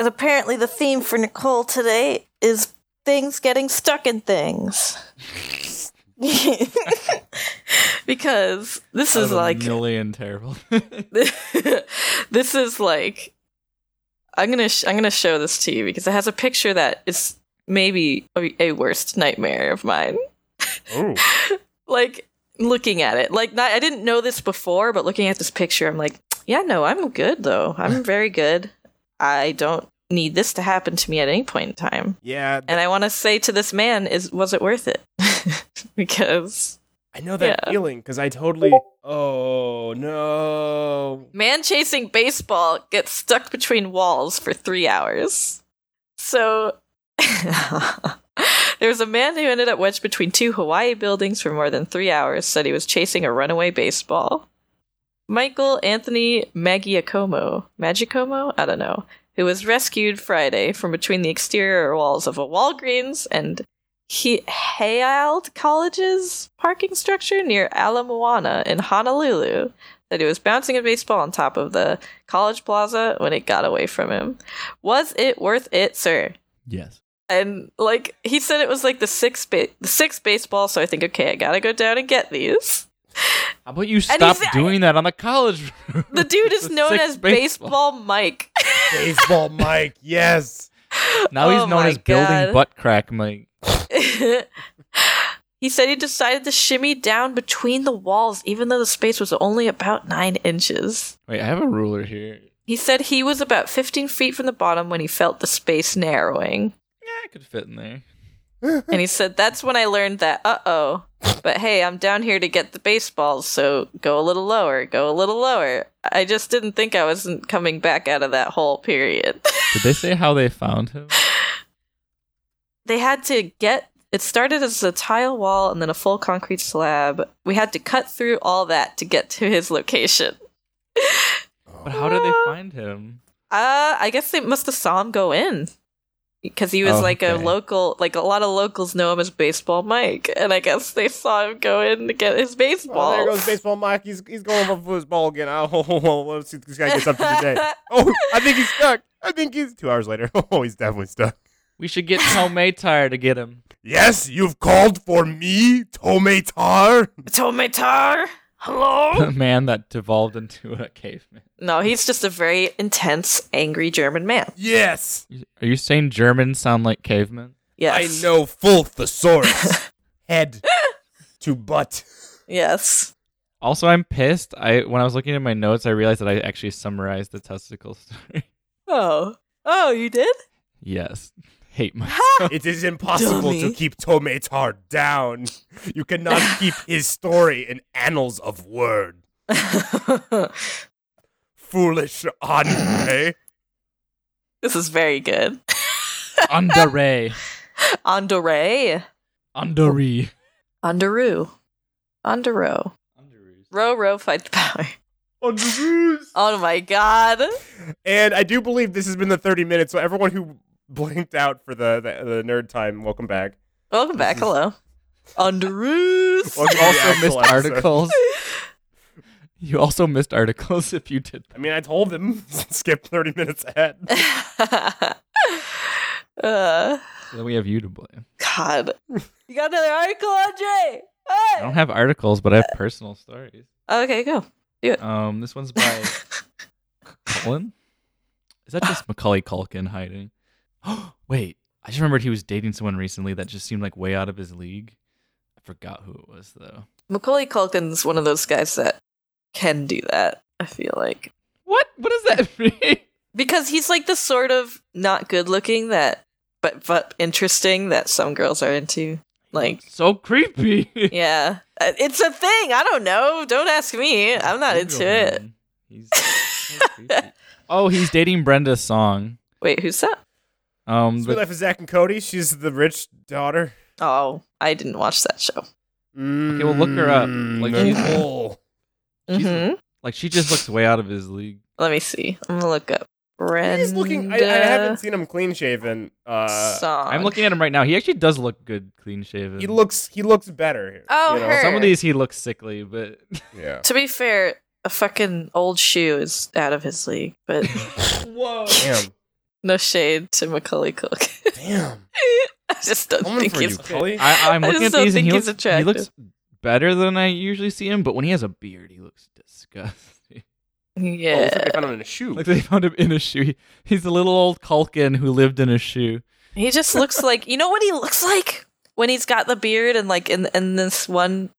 [SPEAKER 3] And apparently the theme for Nicole today is things getting stuck in things. [laughs] because this
[SPEAKER 1] Out
[SPEAKER 3] is
[SPEAKER 1] of a
[SPEAKER 3] like
[SPEAKER 1] million terrible.
[SPEAKER 3] [laughs]
[SPEAKER 1] [laughs]
[SPEAKER 3] this is like I'm gonna sh- I'm gonna show this to you because it has a picture that is maybe a, a worst nightmare of mine.
[SPEAKER 2] Oh,
[SPEAKER 3] Like looking at it, like not, I didn't know this before, but looking at this picture, I'm like, yeah, no, I'm good though. I'm very good. I don't need this to happen to me at any point in time.
[SPEAKER 2] yeah.
[SPEAKER 3] And I want to say to this man, is was it worth it? [laughs] because
[SPEAKER 2] I know that
[SPEAKER 3] yeah.
[SPEAKER 2] feeling because I totally. Oh no.
[SPEAKER 3] Man chasing baseball gets stuck between walls for three hours. So [laughs] there was a man who ended up wedged between two Hawaii buildings for more than three hours, said he was chasing a runaway baseball. Michael Anthony Magiacomo, Magicomo? I don't know, who was rescued Friday from between the exterior walls of a Walgreens and he Hayald College's parking structure near Alamoana in Honolulu that he was bouncing a baseball on top of the college plaza when it got away from him. Was it worth it, sir?
[SPEAKER 1] yes.
[SPEAKER 3] And like he said, it was like the sixth ba- the sixth baseball. So I think, okay, I gotta go down and get these.
[SPEAKER 1] How about you stop
[SPEAKER 3] he's- uh,
[SPEAKER 1] doing that on the college? [laughs] road?
[SPEAKER 3] [laughs] The dude is
[SPEAKER 1] It's a
[SPEAKER 3] known
[SPEAKER 1] sixth
[SPEAKER 3] as baseball, Mike. [laughs]
[SPEAKER 2] Baseball Mike, yes.
[SPEAKER 1] Now
[SPEAKER 3] Oh
[SPEAKER 1] he's known
[SPEAKER 3] my
[SPEAKER 1] as
[SPEAKER 3] God.
[SPEAKER 1] building butt crack, Mike.
[SPEAKER 3] he said he decided to shimmy down between the walls, even though the space was only about nine inches.
[SPEAKER 1] Wait, I have a ruler here.
[SPEAKER 3] He said he was about 15 feet from the bottom when he felt the space narrowing.
[SPEAKER 1] Yeah, I could fit in there.
[SPEAKER 3] And he said, That's when I learned that, uh oh. But hey, I'm down here to get the baseballs, so go a little lower, go a little lower. I just didn't think I wasn't coming back out of that hole, period. [laughs]
[SPEAKER 1] Did they say how they found him?
[SPEAKER 3] they had to get it started as a tile wall and then a full concrete slab. We had to cut through all that to get to his location.
[SPEAKER 1] But how did they
[SPEAKER 3] Oh.
[SPEAKER 1] find him?
[SPEAKER 3] Uh, I guess they must have saw him go in because he was
[SPEAKER 1] Oh,
[SPEAKER 3] like a
[SPEAKER 1] okay.
[SPEAKER 3] local, like a lot of locals know him as Baseball Mike, and I guess they saw him go in to get his baseball.
[SPEAKER 2] Oh, there goes baseball Mike. He's he's going for football again. Oh, [laughs] let's see if this guy gets up to today. Oh, I think he's stuck. I think he's two hours later. [laughs] Oh, he's definitely stuck.
[SPEAKER 1] We should get Tom Maytar to get
[SPEAKER 3] [laughs]
[SPEAKER 1] him.
[SPEAKER 2] Yes, you've called for me, Tomei Tar.
[SPEAKER 3] Tomatar, hello.
[SPEAKER 1] The man that devolved into a caveman.
[SPEAKER 3] no, he's just a very intense, angry German man.
[SPEAKER 2] Yes,
[SPEAKER 1] Are you saying Germans sound like cavemen?
[SPEAKER 3] Yes,
[SPEAKER 2] I know full thesaurus. Head to butt.
[SPEAKER 3] Yes,
[SPEAKER 1] Also, I'm pissed. I when I was looking at my notes, I realized that I actually summarized the testicle story. [laughs]
[SPEAKER 3] oh, oh, you did. [laughs]
[SPEAKER 1] yes, hate my.
[SPEAKER 2] It is impossible to
[SPEAKER 3] Dummy.
[SPEAKER 2] keep Tomei Tar down. You
[SPEAKER 1] [sighs]
[SPEAKER 2] cannot keep his story in annals of word. Foolish
[SPEAKER 1] [clears throat]
[SPEAKER 2] Andre.
[SPEAKER 3] This is very good.
[SPEAKER 1] Underay,
[SPEAKER 3] Andore.
[SPEAKER 1] underee.
[SPEAKER 3] Underoo. Undero. Row, row, fight the power.
[SPEAKER 2] Andrews.
[SPEAKER 3] Oh my god.
[SPEAKER 2] And I do believe this has been the 30 minutes. So everyone who blinked out for the the, the nerd time, welcome
[SPEAKER 1] [laughs]
[SPEAKER 2] back.
[SPEAKER 3] Welcome back. Hello. Underoos.
[SPEAKER 2] Welcome to the
[SPEAKER 1] Also
[SPEAKER 2] actual
[SPEAKER 1] missed
[SPEAKER 2] episode.
[SPEAKER 1] [laughs] articles. you also missed articles [laughs] if you did.
[SPEAKER 2] I mean, I told them [laughs] skip 30 minutes ahead.
[SPEAKER 3] [laughs] uh,
[SPEAKER 1] That. Then we have you to blame.
[SPEAKER 3] god. You got another article, Andre?
[SPEAKER 1] I don't
[SPEAKER 3] Hey!
[SPEAKER 1] have articles, but I have personal stories.
[SPEAKER 3] Okay, go.
[SPEAKER 1] Um, this one's
[SPEAKER 3] [laughs]
[SPEAKER 1] by Cullen. Is that just Macaulay Culkin hiding? [gasps] Wait, I just remembered he was dating someone recently that just seemed like way out of his league. I forgot who it was though.
[SPEAKER 3] Macaulay Culkin's one of those guys that can do that, I feel like.
[SPEAKER 1] What? What does that [laughs] mean?
[SPEAKER 3] Because he's like the sort of not good looking that but but interesting that some girls are into.
[SPEAKER 2] [laughs]
[SPEAKER 3] Like
[SPEAKER 1] So creepy.
[SPEAKER 3] yeah. Uh, It's a thing. I don't know. Don't ask me. [laughs] I'm not
[SPEAKER 1] Google
[SPEAKER 3] into it.
[SPEAKER 1] him. He's so
[SPEAKER 3] [laughs]
[SPEAKER 1] creepy. oh, he's dating Brenda Song.
[SPEAKER 3] Wait, who's that?
[SPEAKER 1] Um,
[SPEAKER 2] Sweet
[SPEAKER 1] but
[SPEAKER 2] Life of Zach and Cody. She's the rich daughter.
[SPEAKER 3] Oh, I didn't watch that show.
[SPEAKER 2] Okay,
[SPEAKER 1] well, look her up. Like,
[SPEAKER 2] Mm,
[SPEAKER 1] she's- she's-
[SPEAKER 3] Mhm.
[SPEAKER 1] like she just looks way out of his league.
[SPEAKER 3] Let me see. I'm gonna look up.
[SPEAKER 2] He's
[SPEAKER 3] Brenda
[SPEAKER 2] looking. I, I
[SPEAKER 1] uh,
[SPEAKER 2] haven't seen him clean shaven. Uh,
[SPEAKER 3] Song.
[SPEAKER 1] I'm looking at him right now. He actually does look good, clean shaven.
[SPEAKER 2] he looks. He looks better.
[SPEAKER 3] Oh,
[SPEAKER 2] you know?
[SPEAKER 3] her.
[SPEAKER 1] Some of these he looks sickly, but
[SPEAKER 2] Yeah.
[SPEAKER 3] To be fair, a fucking old shoe is out of his league,
[SPEAKER 2] [laughs]
[SPEAKER 3] but
[SPEAKER 1] whoa.
[SPEAKER 3] [laughs]
[SPEAKER 2] Damn.
[SPEAKER 3] no shade to Macaulay Culkin. [laughs]
[SPEAKER 2] Damn.
[SPEAKER 3] I just don't
[SPEAKER 2] Coming
[SPEAKER 3] think
[SPEAKER 2] for you, [laughs]
[SPEAKER 3] he's.
[SPEAKER 2] Cully.
[SPEAKER 1] I, I'm
[SPEAKER 3] [laughs] I
[SPEAKER 1] looking
[SPEAKER 3] just
[SPEAKER 1] at
[SPEAKER 3] don't
[SPEAKER 1] these and
[SPEAKER 3] think
[SPEAKER 1] he
[SPEAKER 3] he's
[SPEAKER 1] looks, he looks
[SPEAKER 3] attractive.
[SPEAKER 1] better than I usually see him, but when he has a beard, he looks disgusting. [laughs]
[SPEAKER 2] Oh, looks
[SPEAKER 3] Yeah,
[SPEAKER 2] like I found him in a shoe.
[SPEAKER 1] like they found him in a shoe. He- He's a little old Culkin who lived in a shoe.
[SPEAKER 3] he just looks like you know what he looks like when he's got the beard and like in in this one,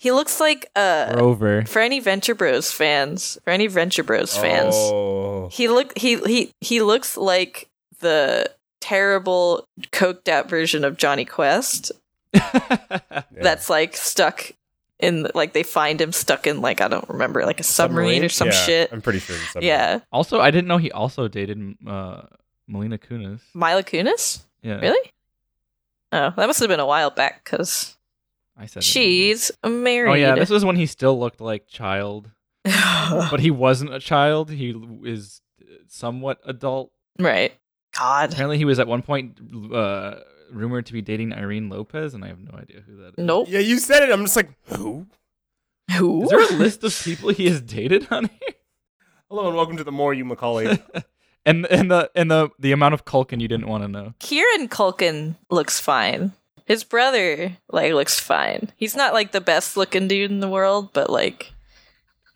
[SPEAKER 3] he looks like uh
[SPEAKER 2] [laughs]
[SPEAKER 1] Rover. [laughs]
[SPEAKER 3] for any Venture Bros fans, for any Venture Bros fans.
[SPEAKER 2] Oh.
[SPEAKER 3] He look he he he looks like the terrible coked out version of Johnny Quest
[SPEAKER 2] Yeah.
[SPEAKER 3] that's like stuck in like they find him stuck in like I don't remember like a submarine, or some
[SPEAKER 2] Yeah,
[SPEAKER 3] shit.
[SPEAKER 2] I'm pretty sure. it's a submarine.
[SPEAKER 3] yeah.
[SPEAKER 1] also, I didn't know he also dated uh, Melina Kunis.
[SPEAKER 3] Mila Kunis?
[SPEAKER 1] Yeah,
[SPEAKER 3] Really? Oh, that must have been a while back cuz
[SPEAKER 1] I said it.
[SPEAKER 3] she's married.
[SPEAKER 1] Oh yeah, this was when he still looked like child, but he wasn't a child. He is somewhat adult.
[SPEAKER 3] [laughs] right. God.
[SPEAKER 1] Apparently, he was at one point uh, rumored to be dating Irene Lopez, and I have no idea who that is.
[SPEAKER 3] Nope.
[SPEAKER 2] Yeah, you said it. I'm just like, who?
[SPEAKER 3] Who?
[SPEAKER 1] Is there a list of people he has dated on here?
[SPEAKER 2] Hello and welcome to the More You [laughs] Macaulay.
[SPEAKER 1] And and the and the the amount of Culkin you didn't want to know.
[SPEAKER 3] [laughs] Kieran Culkin looks fine. His brother like looks fine. He's not like the best looking dude in the world, but like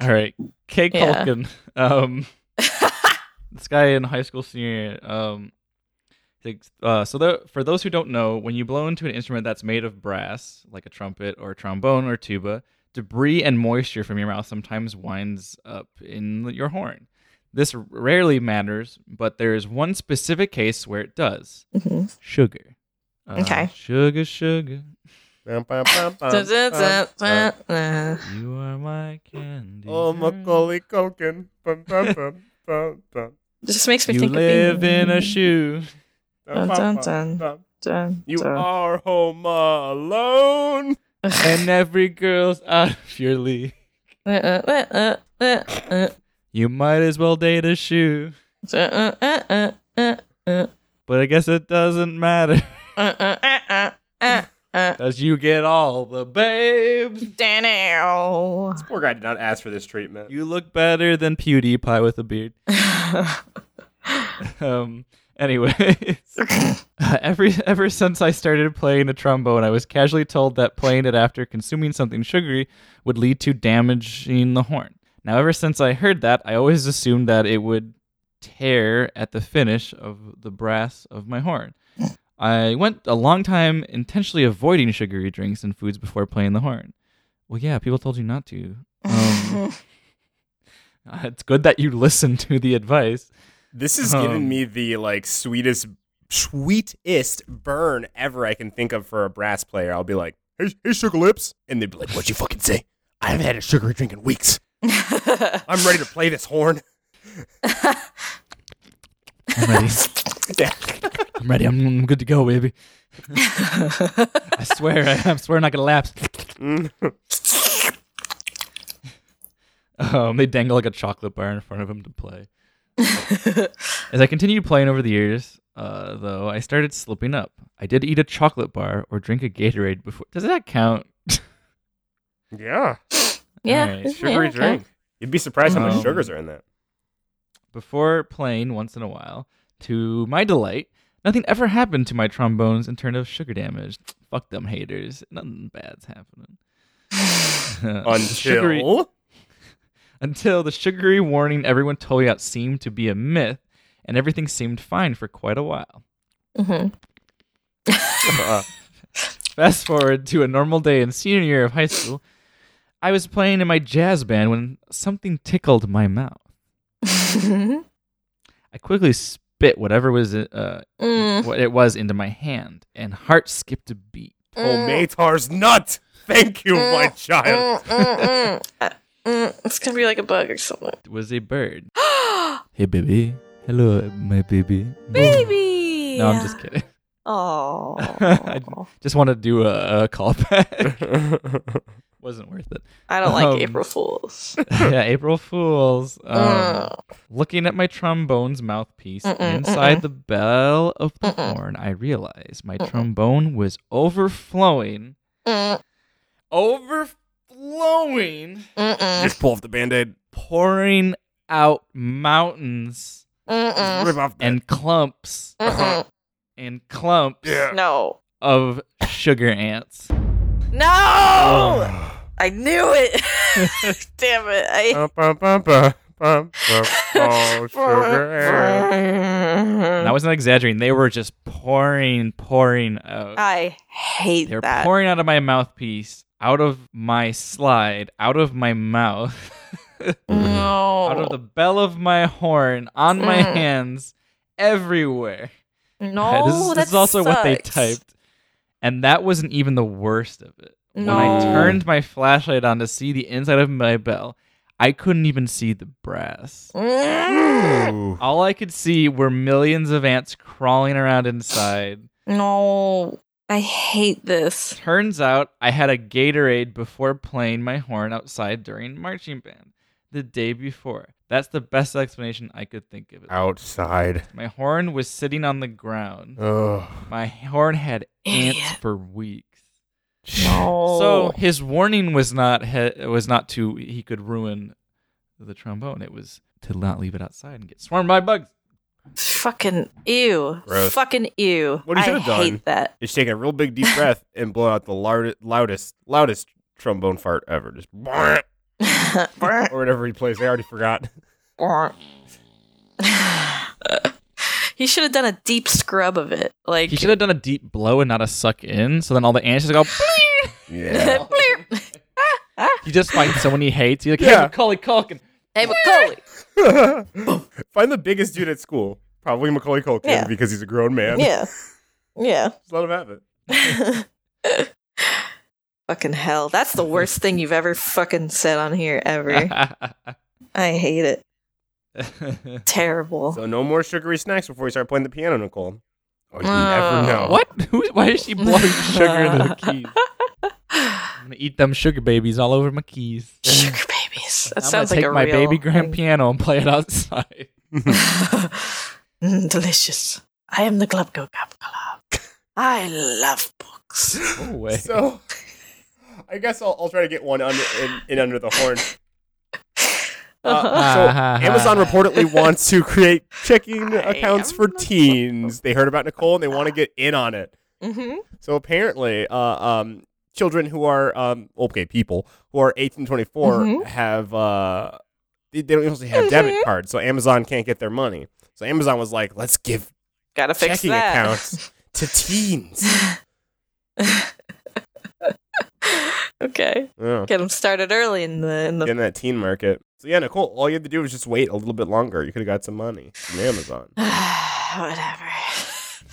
[SPEAKER 1] All right, K [laughs]
[SPEAKER 3] Yeah.
[SPEAKER 1] Culkin. Um, this guy in high school senior. year, Um, Uh, so the, for those who don't know, when you blow into an instrument that's made of brass, like a trumpet or a trombone or tuba, debris and moisture from your mouth sometimes winds up in your horn. This rarely matters, but there is one specific case where it does.
[SPEAKER 3] Mhm.
[SPEAKER 1] Sugar. Uh,
[SPEAKER 3] Okay.
[SPEAKER 1] Sugar, sugar,
[SPEAKER 2] Bum, bum, bum,
[SPEAKER 1] Um,
[SPEAKER 2] bum,
[SPEAKER 3] Dun, dun,
[SPEAKER 2] bum,
[SPEAKER 3] dun,
[SPEAKER 2] bum.
[SPEAKER 3] dun, Mm-hmm. dun.
[SPEAKER 1] you are my candy.
[SPEAKER 2] Oh, Macaulay Culkin. Bum, bum, bum, bum, bum,
[SPEAKER 3] Just makes me
[SPEAKER 1] You
[SPEAKER 3] think of
[SPEAKER 1] live
[SPEAKER 3] being-
[SPEAKER 1] in a shoe.
[SPEAKER 2] bum,
[SPEAKER 3] Dun,
[SPEAKER 2] bum,
[SPEAKER 3] dun,
[SPEAKER 2] bum,
[SPEAKER 3] dun.
[SPEAKER 2] bum.
[SPEAKER 3] Dun,
[SPEAKER 2] You
[SPEAKER 3] dun.
[SPEAKER 2] are home alone.
[SPEAKER 1] and every girl's out of your league.
[SPEAKER 3] Uh, uh, uh, uh, uh, uh,
[SPEAKER 1] You might as well date a shoe,
[SPEAKER 3] uh, uh, uh, uh, uh, uh,
[SPEAKER 1] but I guess it doesn't matter
[SPEAKER 3] uh, uh, uh, uh, uh.
[SPEAKER 1] because you get all the babes.
[SPEAKER 3] Daniel.
[SPEAKER 2] This poor guy did not ask for this treatment.
[SPEAKER 1] You look better than PewDiePie with a beard. um. Anyways, [laughs] Uh, every ever since I started playing the trombone, I was casually told that playing it after consuming something sugary would lead to damaging the horn. Now, ever since I heard that, I always assumed that it would tear at the finish of the brass of my horn. I went a long time intentionally avoiding sugary drinks and foods before playing the horn. Well, yeah, people told you not to. Um, uh, [laughs] it's good that you listened to the advice.
[SPEAKER 2] This is giving
[SPEAKER 1] Um,
[SPEAKER 2] me the like sweetest, sweetest burn ever I can think of for a brass player. I'll be like, "Hey, hey, sugar lips," and they'd be like, "What'd you fucking say? I haven't had a sugary drink in weeks.
[SPEAKER 3] [laughs]
[SPEAKER 2] I'm ready to play this horn."
[SPEAKER 1] I'm ready.
[SPEAKER 2] Yeah.
[SPEAKER 1] I'm ready. I'm, I'm good to go, baby. I swear, I, I swear, I'm not gonna lapse. Um, they dangle like a chocolate bar in front of him to play. As I continued playing over the years, uh, though, I started slipping up. I did eat a chocolate bar or drink a Gatorade before. Does that count? [laughs]
[SPEAKER 2] yeah,
[SPEAKER 3] Yeah,
[SPEAKER 1] Alright,
[SPEAKER 3] isn't it?
[SPEAKER 2] sugary
[SPEAKER 3] Okay.
[SPEAKER 2] drink. You'd be surprised how
[SPEAKER 1] Um,
[SPEAKER 2] much sugars are in that.
[SPEAKER 1] before playing once in a while. To my delight, nothing ever happened to my trombones in terms of sugar damage. Fuck them haters. Nothing bad's happening. [laughs]
[SPEAKER 2] Until
[SPEAKER 1] Sugary- until the sugary warning everyone told me about seemed to be a myth, and everything seemed fine for quite a while. Uh,
[SPEAKER 3] Mhm.
[SPEAKER 1] Fast forward to a normal day in senior year of high school. I was playing in my jazz band when something tickled my mouth. I quickly spit whatever was uh,
[SPEAKER 3] Mm.
[SPEAKER 1] what it was into my hand, and heart skipped a beat.
[SPEAKER 2] oh, Matar's nut. Thank you, my child.
[SPEAKER 3] Mm, mm, mm. Uh, mm, It's gonna be like a bug or something.
[SPEAKER 1] It was a bird. hey, baby. Hello, my baby.
[SPEAKER 3] Baby.
[SPEAKER 1] No, I'm just kidding. [laughs]
[SPEAKER 3] Oh.
[SPEAKER 1] I just want to do a, a callback. [laughs]
[SPEAKER 3] Mm.
[SPEAKER 1] Wasn't worth it. [laughs]
[SPEAKER 3] I don't like
[SPEAKER 1] Um,
[SPEAKER 3] April Fools.
[SPEAKER 1] yeah, April Fools. Um,
[SPEAKER 3] Mm.
[SPEAKER 1] looking at my trombone's mouthpiece
[SPEAKER 3] Mm-mm,
[SPEAKER 1] inside the bell of the
[SPEAKER 3] Mm-mm.
[SPEAKER 1] horn, I realized my trombone was overflowing.
[SPEAKER 3] Mm,
[SPEAKER 1] Overflowing.
[SPEAKER 3] mm, mm,
[SPEAKER 2] [laughs] Just pull off the band-aid.
[SPEAKER 1] Pouring out mountains
[SPEAKER 3] mm,
[SPEAKER 2] Just
[SPEAKER 3] mm,
[SPEAKER 2] rip off the [laughs]
[SPEAKER 1] and clumps
[SPEAKER 3] mm,
[SPEAKER 1] and clumps
[SPEAKER 3] mm. No.
[SPEAKER 1] of sugar ants.
[SPEAKER 3] Mm-hmm. No! I knew it. [laughs] Damn it. I. [laughs]
[SPEAKER 2] Oh, sugar.
[SPEAKER 1] And I wasn't exaggerating. They were just pouring, pouring out.
[SPEAKER 3] [laughs] I hate
[SPEAKER 1] They're
[SPEAKER 3] that.
[SPEAKER 1] pouring out of my mouthpiece, out of my slide, out of my mouth,
[SPEAKER 3] no.
[SPEAKER 1] out of the bell of my horn, on my
[SPEAKER 3] Oh. Mm.
[SPEAKER 1] hands, everywhere. [laughs]
[SPEAKER 3] no.
[SPEAKER 1] this, is- this
[SPEAKER 3] that
[SPEAKER 1] is also what they
[SPEAKER 3] sucks.
[SPEAKER 1] typed. And that wasn't even the worst of it. When I
[SPEAKER 3] No.
[SPEAKER 1] turned my flashlight on to see the inside of my bell, I couldn't even see the brass.
[SPEAKER 3] Mm,
[SPEAKER 1] All I could see were millions of ants crawling around inside.
[SPEAKER 3] no. I hate this.
[SPEAKER 1] Turns out I had a Gatorade before playing my horn outside during marching band the day before. That's the best explanation I could think of. It.
[SPEAKER 2] Outside.
[SPEAKER 1] My horn was sitting on the ground.
[SPEAKER 2] Ugh.
[SPEAKER 1] My horn had ants
[SPEAKER 3] Idiot.
[SPEAKER 1] for weeks.
[SPEAKER 3] No.
[SPEAKER 1] So his warning was not he- was not to he could ruin the trombone. It was to not leave it outside and get swarmed by bugs.
[SPEAKER 3] Fucking ew.
[SPEAKER 2] Gross.
[SPEAKER 3] Fucking ew.
[SPEAKER 2] What he
[SPEAKER 3] I
[SPEAKER 2] should've done.
[SPEAKER 3] hate that.
[SPEAKER 2] Just take a real big [laughs] deep breath and blow out the lar- loudest, loudest trombone fart ever. Just
[SPEAKER 3] [laughs]
[SPEAKER 2] or whatever he plays. I already forgot.
[SPEAKER 3] you [laughs] He should have done a deep scrub of it. Like
[SPEAKER 1] He
[SPEAKER 3] [laughs]
[SPEAKER 1] should have done a deep blow and not a suck in. So then all the ants just go. [laughs] "Bleep."
[SPEAKER 2] Yeah.
[SPEAKER 3] Bleep.
[SPEAKER 1] He just finds someone he hates. He's like,
[SPEAKER 2] Yeah.
[SPEAKER 1] yeah, Macaulay Culkin.
[SPEAKER 3] Hey, Macaulay.
[SPEAKER 2] [laughs] Find the biggest dude at school. Probably Macaulay Culkin
[SPEAKER 3] Yeah.
[SPEAKER 2] because he's a grown man.
[SPEAKER 3] Yeah. Yeah.
[SPEAKER 2] Just let him have it.
[SPEAKER 3] fucking hell. That's the worst thing you've ever fucking said on here
[SPEAKER 1] [laughs]
[SPEAKER 2] [laughs]
[SPEAKER 3] ever. I hate it. Terrible.
[SPEAKER 2] So no more sugary snacks before we start playing the piano, Nicole. Oh, you
[SPEAKER 3] Uh,
[SPEAKER 2] never know.
[SPEAKER 1] what? Who, why is she blowing sugar into the
[SPEAKER 3] [laughs]
[SPEAKER 1] keys? I'm gonna eat them sugar babies all over my keys.
[SPEAKER 3] Sugar babies. That
[SPEAKER 1] I'm
[SPEAKER 3] sounds
[SPEAKER 1] gonna take
[SPEAKER 3] like a
[SPEAKER 1] my
[SPEAKER 3] real
[SPEAKER 1] baby grand
[SPEAKER 3] thing.
[SPEAKER 1] piano and play it outside. [laughs]
[SPEAKER 3] Mm, delicious. I am the Glub Go Gab
[SPEAKER 2] [laughs]
[SPEAKER 3] Club. I love books.
[SPEAKER 1] No
[SPEAKER 3] [laughs]
[SPEAKER 1] way.
[SPEAKER 2] So I guess I'll, I'll try to get one under, in, in under the horn.
[SPEAKER 3] Uh-huh.
[SPEAKER 2] Uh, so Amazon reportedly wants to create checking
[SPEAKER 3] [laughs] I
[SPEAKER 2] accounts
[SPEAKER 3] am
[SPEAKER 2] for
[SPEAKER 3] not-
[SPEAKER 2] teens. They heard about Nicole and they want to get in on it.
[SPEAKER 3] Mm-hmm.
[SPEAKER 2] So apparently, uh, um, children who are um, okay, people who are 18 to 24
[SPEAKER 3] Mhm.
[SPEAKER 2] have uh, they, they don't usually have
[SPEAKER 3] Mm-hmm.
[SPEAKER 2] debit cards, so Amazon can't get their money. So Amazon was like, "Let's give
[SPEAKER 3] Gotta fix
[SPEAKER 2] checking
[SPEAKER 3] that.
[SPEAKER 2] accounts to teens."
[SPEAKER 3] [laughs] okay.
[SPEAKER 2] Yeah.
[SPEAKER 3] Get them started early in the in the
[SPEAKER 2] In that teen market. So yeah, Nicole, all you had to do was just wait a little bit longer. You could have got some money from [laughs] Amazon.
[SPEAKER 3] [sighs] whatever. [laughs]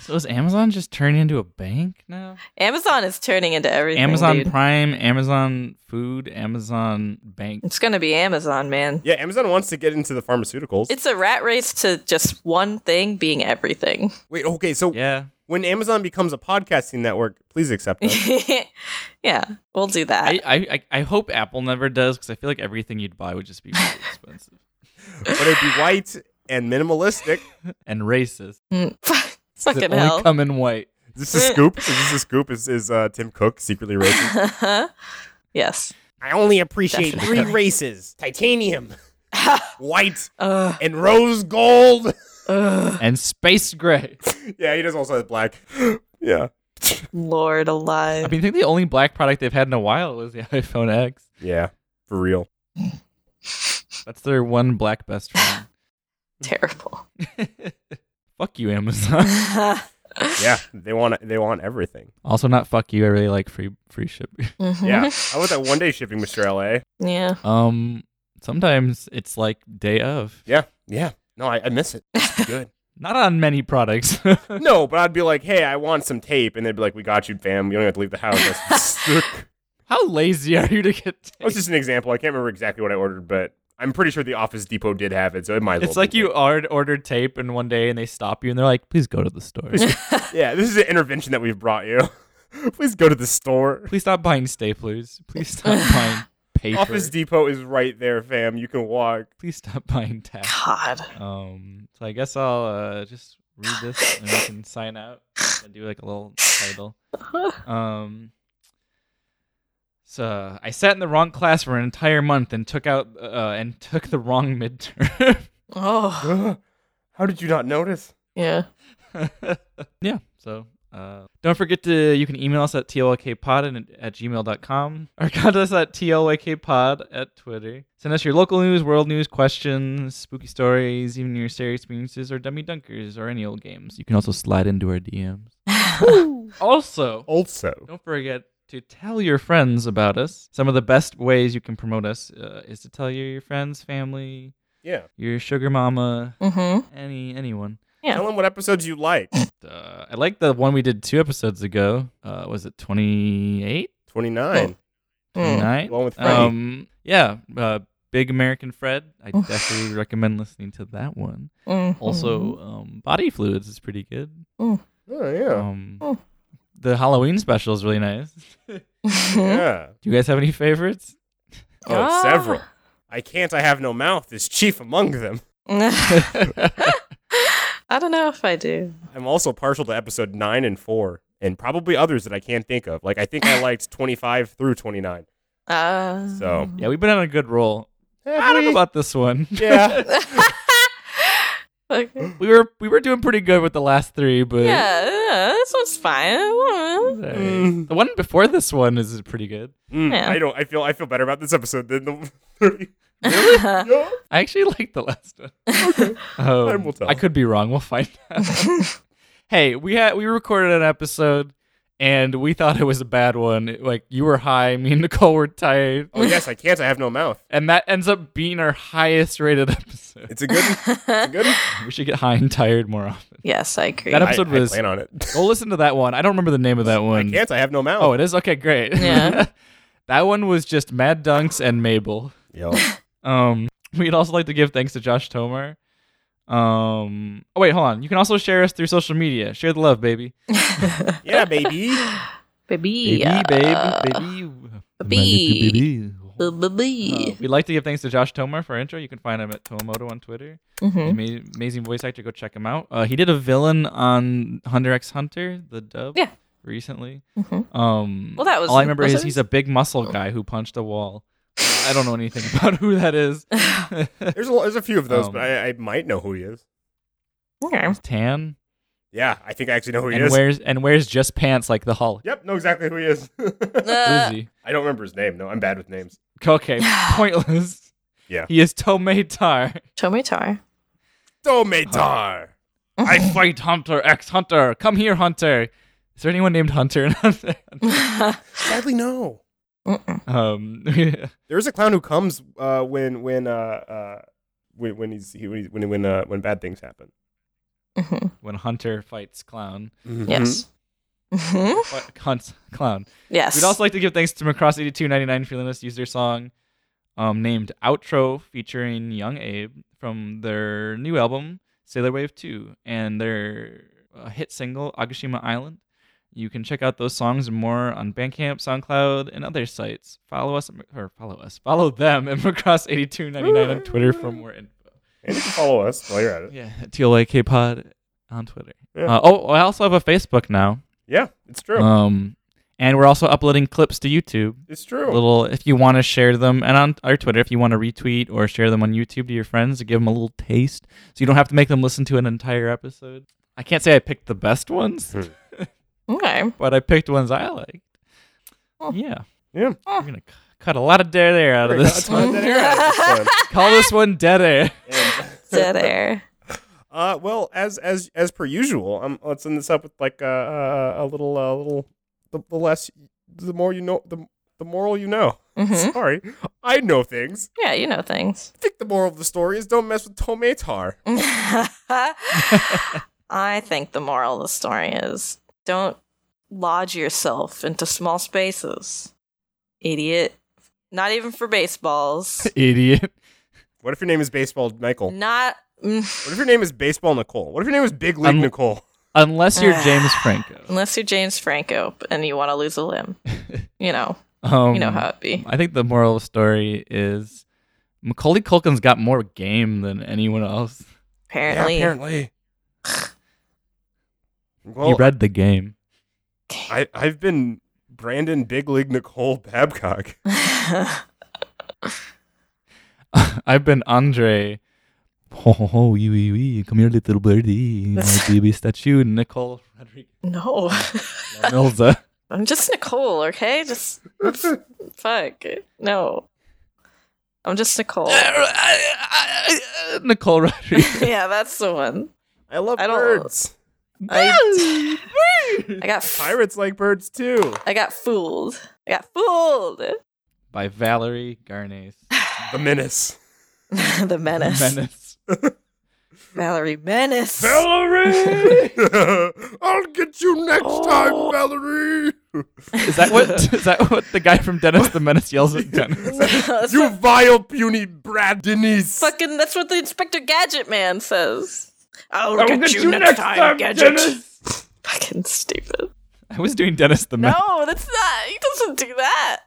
[SPEAKER 1] So is Amazon just turning into a bank now?
[SPEAKER 3] Amazon is turning into everything.
[SPEAKER 1] Amazon
[SPEAKER 3] dude.
[SPEAKER 1] Prime, Amazon Food, Amazon Bank.
[SPEAKER 3] It's gonna be Amazon, man.
[SPEAKER 2] Yeah, Amazon wants to get into the pharmaceuticals.
[SPEAKER 3] It's a rat race to just one thing being everything.
[SPEAKER 2] wait, okay, so
[SPEAKER 1] Yeah.
[SPEAKER 2] when Amazon becomes a podcasting network, please accept [laughs] us.
[SPEAKER 3] [laughs] yeah, we'll do that.
[SPEAKER 1] I, I, I- I hope Apple never does because I feel like everything you'd buy would just be really [laughs] expensive
[SPEAKER 2] but it'd be white and minimalistic.
[SPEAKER 1] and racist.
[SPEAKER 3] Mm. [laughs]
[SPEAKER 1] Does it
[SPEAKER 3] Fucking
[SPEAKER 1] only
[SPEAKER 3] hell.
[SPEAKER 1] come in white?
[SPEAKER 2] Is this a scoop? Is this a scoop? Is, is uh, Tim Cook secretly racist?
[SPEAKER 3] [laughs] yes.
[SPEAKER 2] [laughs] I only appreciate
[SPEAKER 3] Definitely.
[SPEAKER 2] three races titanium, white,
[SPEAKER 3] Uh,
[SPEAKER 2] and rose gold.
[SPEAKER 3] ugh.
[SPEAKER 1] And space gray.
[SPEAKER 2] [laughs] yeah, he does also have black. [gasps] yeah.
[SPEAKER 3] Lord alive.
[SPEAKER 1] I mean, I think the only black product they've had in a while was the [laughs] iPhone X.
[SPEAKER 2] Yeah, for real.
[SPEAKER 1] That's their one black best friend.
[SPEAKER 3] Terrible. [laughs] Mm-hmm.
[SPEAKER 1] fuck you, Amazon. [laughs]
[SPEAKER 2] Yeah, they want they want everything.
[SPEAKER 1] Also, not fuck you. I really like free free ship. [laughs]
[SPEAKER 2] [laughs]
[SPEAKER 3] Mhm.
[SPEAKER 2] Yeah, I want that one day shipping, Mister LA.
[SPEAKER 3] Yeah.
[SPEAKER 1] Um, sometimes it's like day of.
[SPEAKER 2] Yeah, yeah. No, I, I miss it. [laughs] It's good.
[SPEAKER 1] Not on many products. [laughs]
[SPEAKER 2] No, but I'd be like, hey, I want some tape, and they'd be like, we got you, fam. You don't have to leave the [laughs] house. I was like,
[SPEAKER 1] How lazy are you to get?
[SPEAKER 2] That was just an example. I can't remember exactly what I ordered, but I'm pretty sure the Office Depot did have it, so it might. as
[SPEAKER 1] It's
[SPEAKER 2] well
[SPEAKER 1] like
[SPEAKER 2] be
[SPEAKER 1] you ard- ordered tape, and one day, and they stop you, and they're like, "Please go to the store.
[SPEAKER 2] there. Yeah, this is an intervention that we've brought you. [laughs] Please go to the store.
[SPEAKER 1] Please stop buying staplers. Please stop buying paper.
[SPEAKER 2] Office Depot is right there, fam. You can walk. [gasps]
[SPEAKER 1] Please stop buying tape."
[SPEAKER 3] God.
[SPEAKER 1] Um, so I guess I'll uh, just read this, and we can sign out and do like a little title. Um, so I sat in the wrong class for an entire month and took out uh, and took the wrong midterm.
[SPEAKER 3] Oh.
[SPEAKER 2] How did you not notice?
[SPEAKER 3] Yeah.
[SPEAKER 1] yeah. So uh, don't forget to you can email us at tlkpod and, at gmail.com or [laughs] contact us at tlkpod at Twitter. Send us your local news, world news, questions, spooky stories, even your scary experiences or dummy dunkers or any old games. You can also slide into our DMs. also,
[SPEAKER 2] Also,
[SPEAKER 1] don't forget to tell your friends about us. Some of the best ways you can promote us uh, is to tell your friends, family,
[SPEAKER 2] yeah.
[SPEAKER 1] your sugar mama,
[SPEAKER 3] Mm-hmm.
[SPEAKER 1] any anyone.
[SPEAKER 3] Yeah.
[SPEAKER 2] Tell them what episodes you [laughs] like.
[SPEAKER 1] Uh, I like the one we did two episodes ago. Uh, was it 28?
[SPEAKER 2] Twenty nine.
[SPEAKER 3] Mm.
[SPEAKER 1] 29?
[SPEAKER 2] The one Hmm. with Freddy.
[SPEAKER 1] um, yeah, uh, Big American Fred. I definitely recommend listening to that one.
[SPEAKER 3] Mhm.
[SPEAKER 1] Also, um, Body Fluids is pretty good.
[SPEAKER 2] Oh Mm-hmm. yeah.
[SPEAKER 1] Um,
[SPEAKER 3] Oh.
[SPEAKER 1] the Halloween special is really nice. Do
[SPEAKER 3] Mm-hmm.
[SPEAKER 2] oh. Yeah.
[SPEAKER 1] you guys have any favorites?
[SPEAKER 2] Oh,
[SPEAKER 3] Ah.
[SPEAKER 2] several. I can't. I have no mouth. Is chief among them.
[SPEAKER 3] [laughs] I don't know if I do.
[SPEAKER 2] I'm also partial to episode nine and four, and probably others that I can't think of. Like I think I liked twenty five through twenty nine.
[SPEAKER 3] Uh,
[SPEAKER 2] So
[SPEAKER 1] Mm-hmm. Eh, Yeah, we've been on a good roll. I don't know about this one.
[SPEAKER 2] yeah,
[SPEAKER 3] Like,
[SPEAKER 1] [laughs] We were we were doing pretty good with the last three, but
[SPEAKER 3] yeah, yeah, this one's fine.
[SPEAKER 1] Sorry. the one before this one is pretty good.
[SPEAKER 2] [laughs] Mm,
[SPEAKER 3] Yeah.
[SPEAKER 2] I don't. I feel. I feel better about this episode than the. [laughs] 30.
[SPEAKER 1] [laughs]
[SPEAKER 2] Yeah.
[SPEAKER 1] I actually [laughs] like the
[SPEAKER 2] [laughs]
[SPEAKER 1] last one. Um,
[SPEAKER 2] Time will tell.
[SPEAKER 1] I could be wrong.
[SPEAKER 2] [laughs]
[SPEAKER 1] We'll find out. hey, we had we recorded an episode and we thought it was a bad one. Like you were high, me and Nicole were tired,
[SPEAKER 2] Oh yes, I can't. I have no mouth.
[SPEAKER 1] and that ends up being our highest rated [laughs] episode.
[SPEAKER 2] It's a good. It's a
[SPEAKER 1] [laughs]
[SPEAKER 2] good.
[SPEAKER 1] We should get high and tired more often.
[SPEAKER 3] yes, I agree.
[SPEAKER 1] That
[SPEAKER 2] I,
[SPEAKER 1] episode
[SPEAKER 2] I
[SPEAKER 1] was.
[SPEAKER 2] plan on it.
[SPEAKER 1] Go listen to that one. I don't remember the name of that one.
[SPEAKER 2] Can't. I have no mouth.
[SPEAKER 1] Oh, it is. Okay, great.
[SPEAKER 3] Yeah.
[SPEAKER 1] [laughs] that one was just Mad Dunks and Mabel.
[SPEAKER 2] Yo.
[SPEAKER 1] Um, [laughs] we'd also like to give thanks to Josh Tomar. Um, oh wait, hold on. You can also share us through social media. Share the love, baby.
[SPEAKER 2] Yeah, baby.
[SPEAKER 3] baby, uh,
[SPEAKER 1] Baby, baby,
[SPEAKER 3] baby.
[SPEAKER 1] baby.
[SPEAKER 3] bu- bu-
[SPEAKER 1] Uh,
[SPEAKER 3] bee.
[SPEAKER 1] we'd like to give thanks to Josh Tomar for our intro. You can find him at Tomomoto on Twitter.
[SPEAKER 3] Mhm.
[SPEAKER 1] Ama- amazing voice actor. Go check him out. Uh, he did a villain on Hunter X Hunter, the dub.
[SPEAKER 3] Yeah. Mm-hmm.
[SPEAKER 1] Recently. Um,
[SPEAKER 3] Well, that was-
[SPEAKER 1] all I remember
[SPEAKER 3] was
[SPEAKER 1] is
[SPEAKER 3] it?
[SPEAKER 1] he's a big muscle guy who punched a wall. I don't know anything [laughs] about who that
[SPEAKER 3] [laughs]
[SPEAKER 1] is. [laughs]
[SPEAKER 2] There's a lo- there's a few of those,
[SPEAKER 1] Um,
[SPEAKER 2] but I, I might know who he is.
[SPEAKER 3] Okay.
[SPEAKER 1] He's tan
[SPEAKER 2] Yeah, I think I actually know who he
[SPEAKER 1] and
[SPEAKER 2] is.
[SPEAKER 1] wears and wears just pants like the Hulk.
[SPEAKER 2] Yep, know exactly who he is. [laughs]
[SPEAKER 1] Who is
[SPEAKER 3] Uh,
[SPEAKER 1] he?
[SPEAKER 2] I don't remember his name. No, I'm bad with names.
[SPEAKER 1] Okay, pointless.
[SPEAKER 2] Yeah.
[SPEAKER 1] He is Tomei Tar.
[SPEAKER 3] Tomatar.
[SPEAKER 2] Domatar.
[SPEAKER 1] [laughs] I [laughs] fight Hunter X Hunter. Come here, Hunter. Is there anyone named Hunter? in Hunter? [laughs]
[SPEAKER 2] Sadly, no.
[SPEAKER 1] um, [laughs]
[SPEAKER 2] There is a clown who comes uh, when when uh, uh, when when he's he, when he's, when when, uh, when bad things happen.
[SPEAKER 1] when Hunter fights clown,
[SPEAKER 2] Mm-hmm.
[SPEAKER 3] Yes. Mhm.
[SPEAKER 1] What- hunts clown.
[SPEAKER 3] Yes.
[SPEAKER 1] We'd also like to give thanks to Macross8299 for letting us use their song um, named Outro featuring Young Abe from their new album, Sailor Wave 2, and their uh, hit single, Agashima Island. You can check out those songs and more on Bandcamp, SoundCloud, and other sites. Follow us, or follow us, follow them at Macross8299 on Twitter for more info.
[SPEAKER 2] And you can follow us while you're at it.
[SPEAKER 1] Yeah, TLAK Pod on Twitter.
[SPEAKER 2] Yeah.
[SPEAKER 1] Uh, oh, I also have a Facebook now.
[SPEAKER 2] Yeah, it's true.
[SPEAKER 1] Um, and we're also uploading clips to YouTube
[SPEAKER 2] it's true.
[SPEAKER 1] little if you want to share them and on our twitter if you want to retweet or share them on youtube to your friends to give them a little taste so you don't have to make them listen to an entire episode i can't say i picked the best ones
[SPEAKER 2] Hmm.
[SPEAKER 1] [laughs]
[SPEAKER 3] Okay.
[SPEAKER 1] but i picked ones i liked yeah
[SPEAKER 2] Yeah.
[SPEAKER 1] we're gonna c- cut a lot of dead air out of
[SPEAKER 2] That's
[SPEAKER 1] this
[SPEAKER 2] fun. That era is fun.
[SPEAKER 1] [laughs] call this one dead
[SPEAKER 2] [laughs]
[SPEAKER 1] air
[SPEAKER 2] And,
[SPEAKER 1] [laughs]
[SPEAKER 3] Dead air.
[SPEAKER 2] uh, well, as as as per usual, um, let's end this up with like uh, uh, a little uh, little the, the less the more you know the the moral you know.
[SPEAKER 1] Mm-hmm.
[SPEAKER 3] Mhm.
[SPEAKER 2] Sorry, I know things.
[SPEAKER 3] Yeah, you know things.
[SPEAKER 2] I think the moral of the story is don't mess with Tomatar.
[SPEAKER 3] I think the moral of the story is don't lodge yourself into small spaces, idiot. Not even for
[SPEAKER 1] [laughs]
[SPEAKER 3] baseballs.
[SPEAKER 1] idiot
[SPEAKER 2] What if your name is Baseball Michael?
[SPEAKER 3] Not. mm,
[SPEAKER 2] What if your name is Baseball Nicole? What if your name is Big League
[SPEAKER 1] I'm-
[SPEAKER 3] [laughs]
[SPEAKER 2] Nicole?
[SPEAKER 1] unless
[SPEAKER 3] [sighs]
[SPEAKER 1] you're james franco
[SPEAKER 3] Unless you're James Franco and you want to lose a limb. You know,
[SPEAKER 1] um,
[SPEAKER 3] you know
[SPEAKER 1] [laughs]
[SPEAKER 3] how it be.
[SPEAKER 1] i think the moral of the story is macaulay culkin's got more game than anyone else
[SPEAKER 3] Apparently.
[SPEAKER 2] apparently. well,
[SPEAKER 1] he read the game
[SPEAKER 2] I, I've been Brandon Big League Nicole Babcock.
[SPEAKER 1] I've been Andre. Ho ho ho! Wee wee wee! Come here, little birdie, [laughs] my baby statue. Nicole Rodriguez,
[SPEAKER 3] no. [laughs]
[SPEAKER 1] Milza.
[SPEAKER 3] I'm just Nicole, okay? Just. fuck. No. I'm just Nicole.
[SPEAKER 1] [laughs] Nicole
[SPEAKER 3] [laughs]
[SPEAKER 1] Rodriguez.
[SPEAKER 3] yeah, that's the one.
[SPEAKER 2] I love
[SPEAKER 3] I don't-
[SPEAKER 2] birds.
[SPEAKER 3] I, I got f-
[SPEAKER 2] Pirates like birds too.
[SPEAKER 3] I got fooled. I got fooled. [laughs]
[SPEAKER 1] By Valerie Garnes.
[SPEAKER 2] The Menace.
[SPEAKER 3] the menace.
[SPEAKER 1] Menace.
[SPEAKER 3] Valerie Menace.
[SPEAKER 2] Valerie! [laughs] I'll get you next
[SPEAKER 3] Oh.
[SPEAKER 2] time, Valerie!
[SPEAKER 1] Is that what? Is that what the guy from Dennis the Menace yells at Dennis?
[SPEAKER 3] [laughs] That's
[SPEAKER 2] you vile, puny Brad Denise!
[SPEAKER 3] fucking that's what the Inspector Gadget man says. I'll, get, you, next time, Gadget. Fucking stupid.
[SPEAKER 1] I was doing Dennis the Menace.
[SPEAKER 3] No, that's not. He doesn't do that.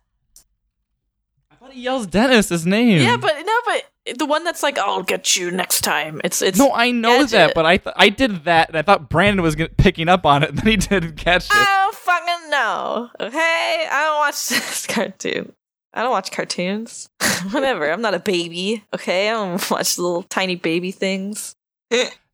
[SPEAKER 1] I thought he yells Dennis his name.
[SPEAKER 3] Yeah, but no, but the one that's like, I'll get you next time. It's it's
[SPEAKER 1] No, I know that,
[SPEAKER 3] Gadget.
[SPEAKER 1] but I th- I did that, and I thought Brandon was gonna- picking up on it, and then he didn't catch it.
[SPEAKER 3] I don't fucking know. Okay, I don't watch [laughs] this cartoon. I don't watch cartoons. [laughs] Whatever. I'm not a baby. Okay, I don't watch little tiny baby things.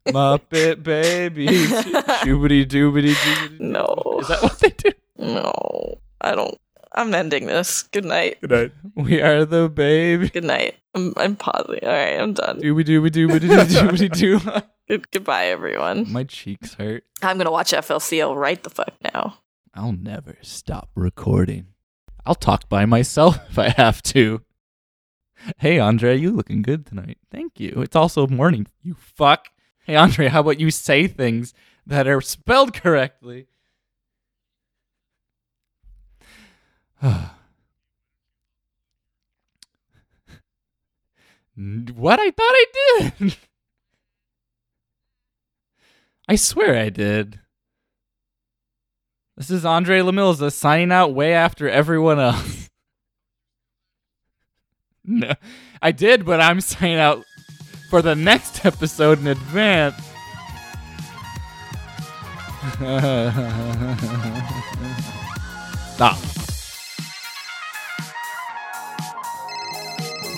[SPEAKER 1] Muppet baby. Doobity doobity doobity.
[SPEAKER 3] No.
[SPEAKER 1] Is that what they do?
[SPEAKER 3] No. I don't. I'm ending this. Good night.
[SPEAKER 2] Good night.
[SPEAKER 1] We are the baby.
[SPEAKER 3] Good night. I'm, I'm pausing. All right. I'm done.
[SPEAKER 1] Doobie doobie doobie doobie doobie doo.
[SPEAKER 3] Good, goodbye, everyone.
[SPEAKER 1] My cheeks hurt.
[SPEAKER 3] I'm going to watch FLCL right the fuck now.
[SPEAKER 1] I'll never stop recording. I'll talk by myself [laughs] if I have to. Hey, Andre, you looking good tonight. Thank you. It's also morning, you fuck. Hey, Andre, how about you say things that are spelled correctly? [sighs] what? I thought I did. [laughs] I swear I did. This is Andre Lamilza signing out way after everyone else. [laughs] no, I did, but I'm signing out for the next episode in advance. [laughs] Stop.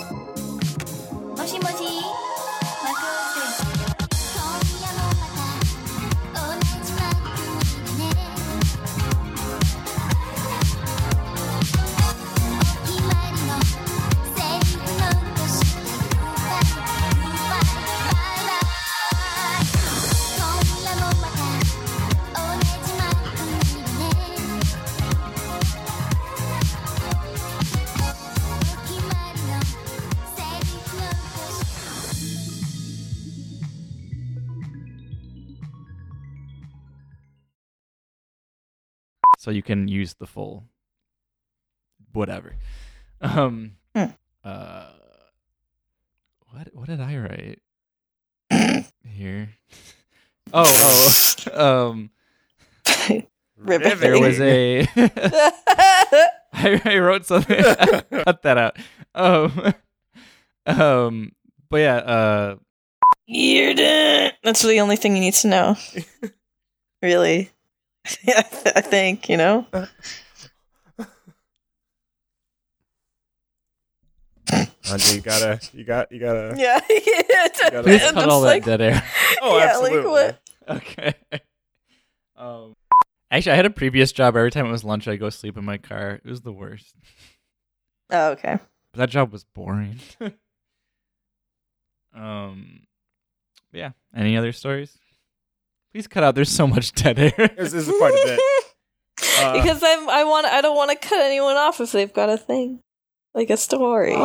[SPEAKER 5] 「もしもしマクオくん」「今夜もまた同じマックね」「お決まりのセリフ残してください」「バイバイ」「今夜もまた同じマックね」「お決まりのセリフ残して」
[SPEAKER 1] So you can use the full whatever. Um
[SPEAKER 3] Hmm.
[SPEAKER 1] uh what what did I write? Here. [laughs] Oh, oh. [laughs] Um
[SPEAKER 3] Ribbon.
[SPEAKER 1] there was a [laughs] I, I wrote something [laughs] cut that out um [laughs] um but yeah uh
[SPEAKER 3] You're done. That's the only thing you need to know. [laughs] really. [laughs] I think,
[SPEAKER 2] [laughs]
[SPEAKER 3] you know?
[SPEAKER 2] Andre, you gotta, you got, you gotta.
[SPEAKER 3] Yeah. [laughs]
[SPEAKER 2] gotta-
[SPEAKER 1] please
[SPEAKER 2] I'm
[SPEAKER 1] cut all that dead air [laughs]
[SPEAKER 2] Oh,
[SPEAKER 3] Yeah, like
[SPEAKER 2] absolutely.
[SPEAKER 3] what?
[SPEAKER 1] okay um actually I had a previous job every time it was lunch I'd go sleep in my car it was the worst
[SPEAKER 3] Oh, okay.
[SPEAKER 1] but that job was boring um yeah any other stories please cut out there's so much dead air
[SPEAKER 2] This is [laughs] quite
[SPEAKER 3] [laughs]
[SPEAKER 2] a bit. Uh,
[SPEAKER 3] because I'm, I want I don't want to cut anyone off if they've got a thing like a story.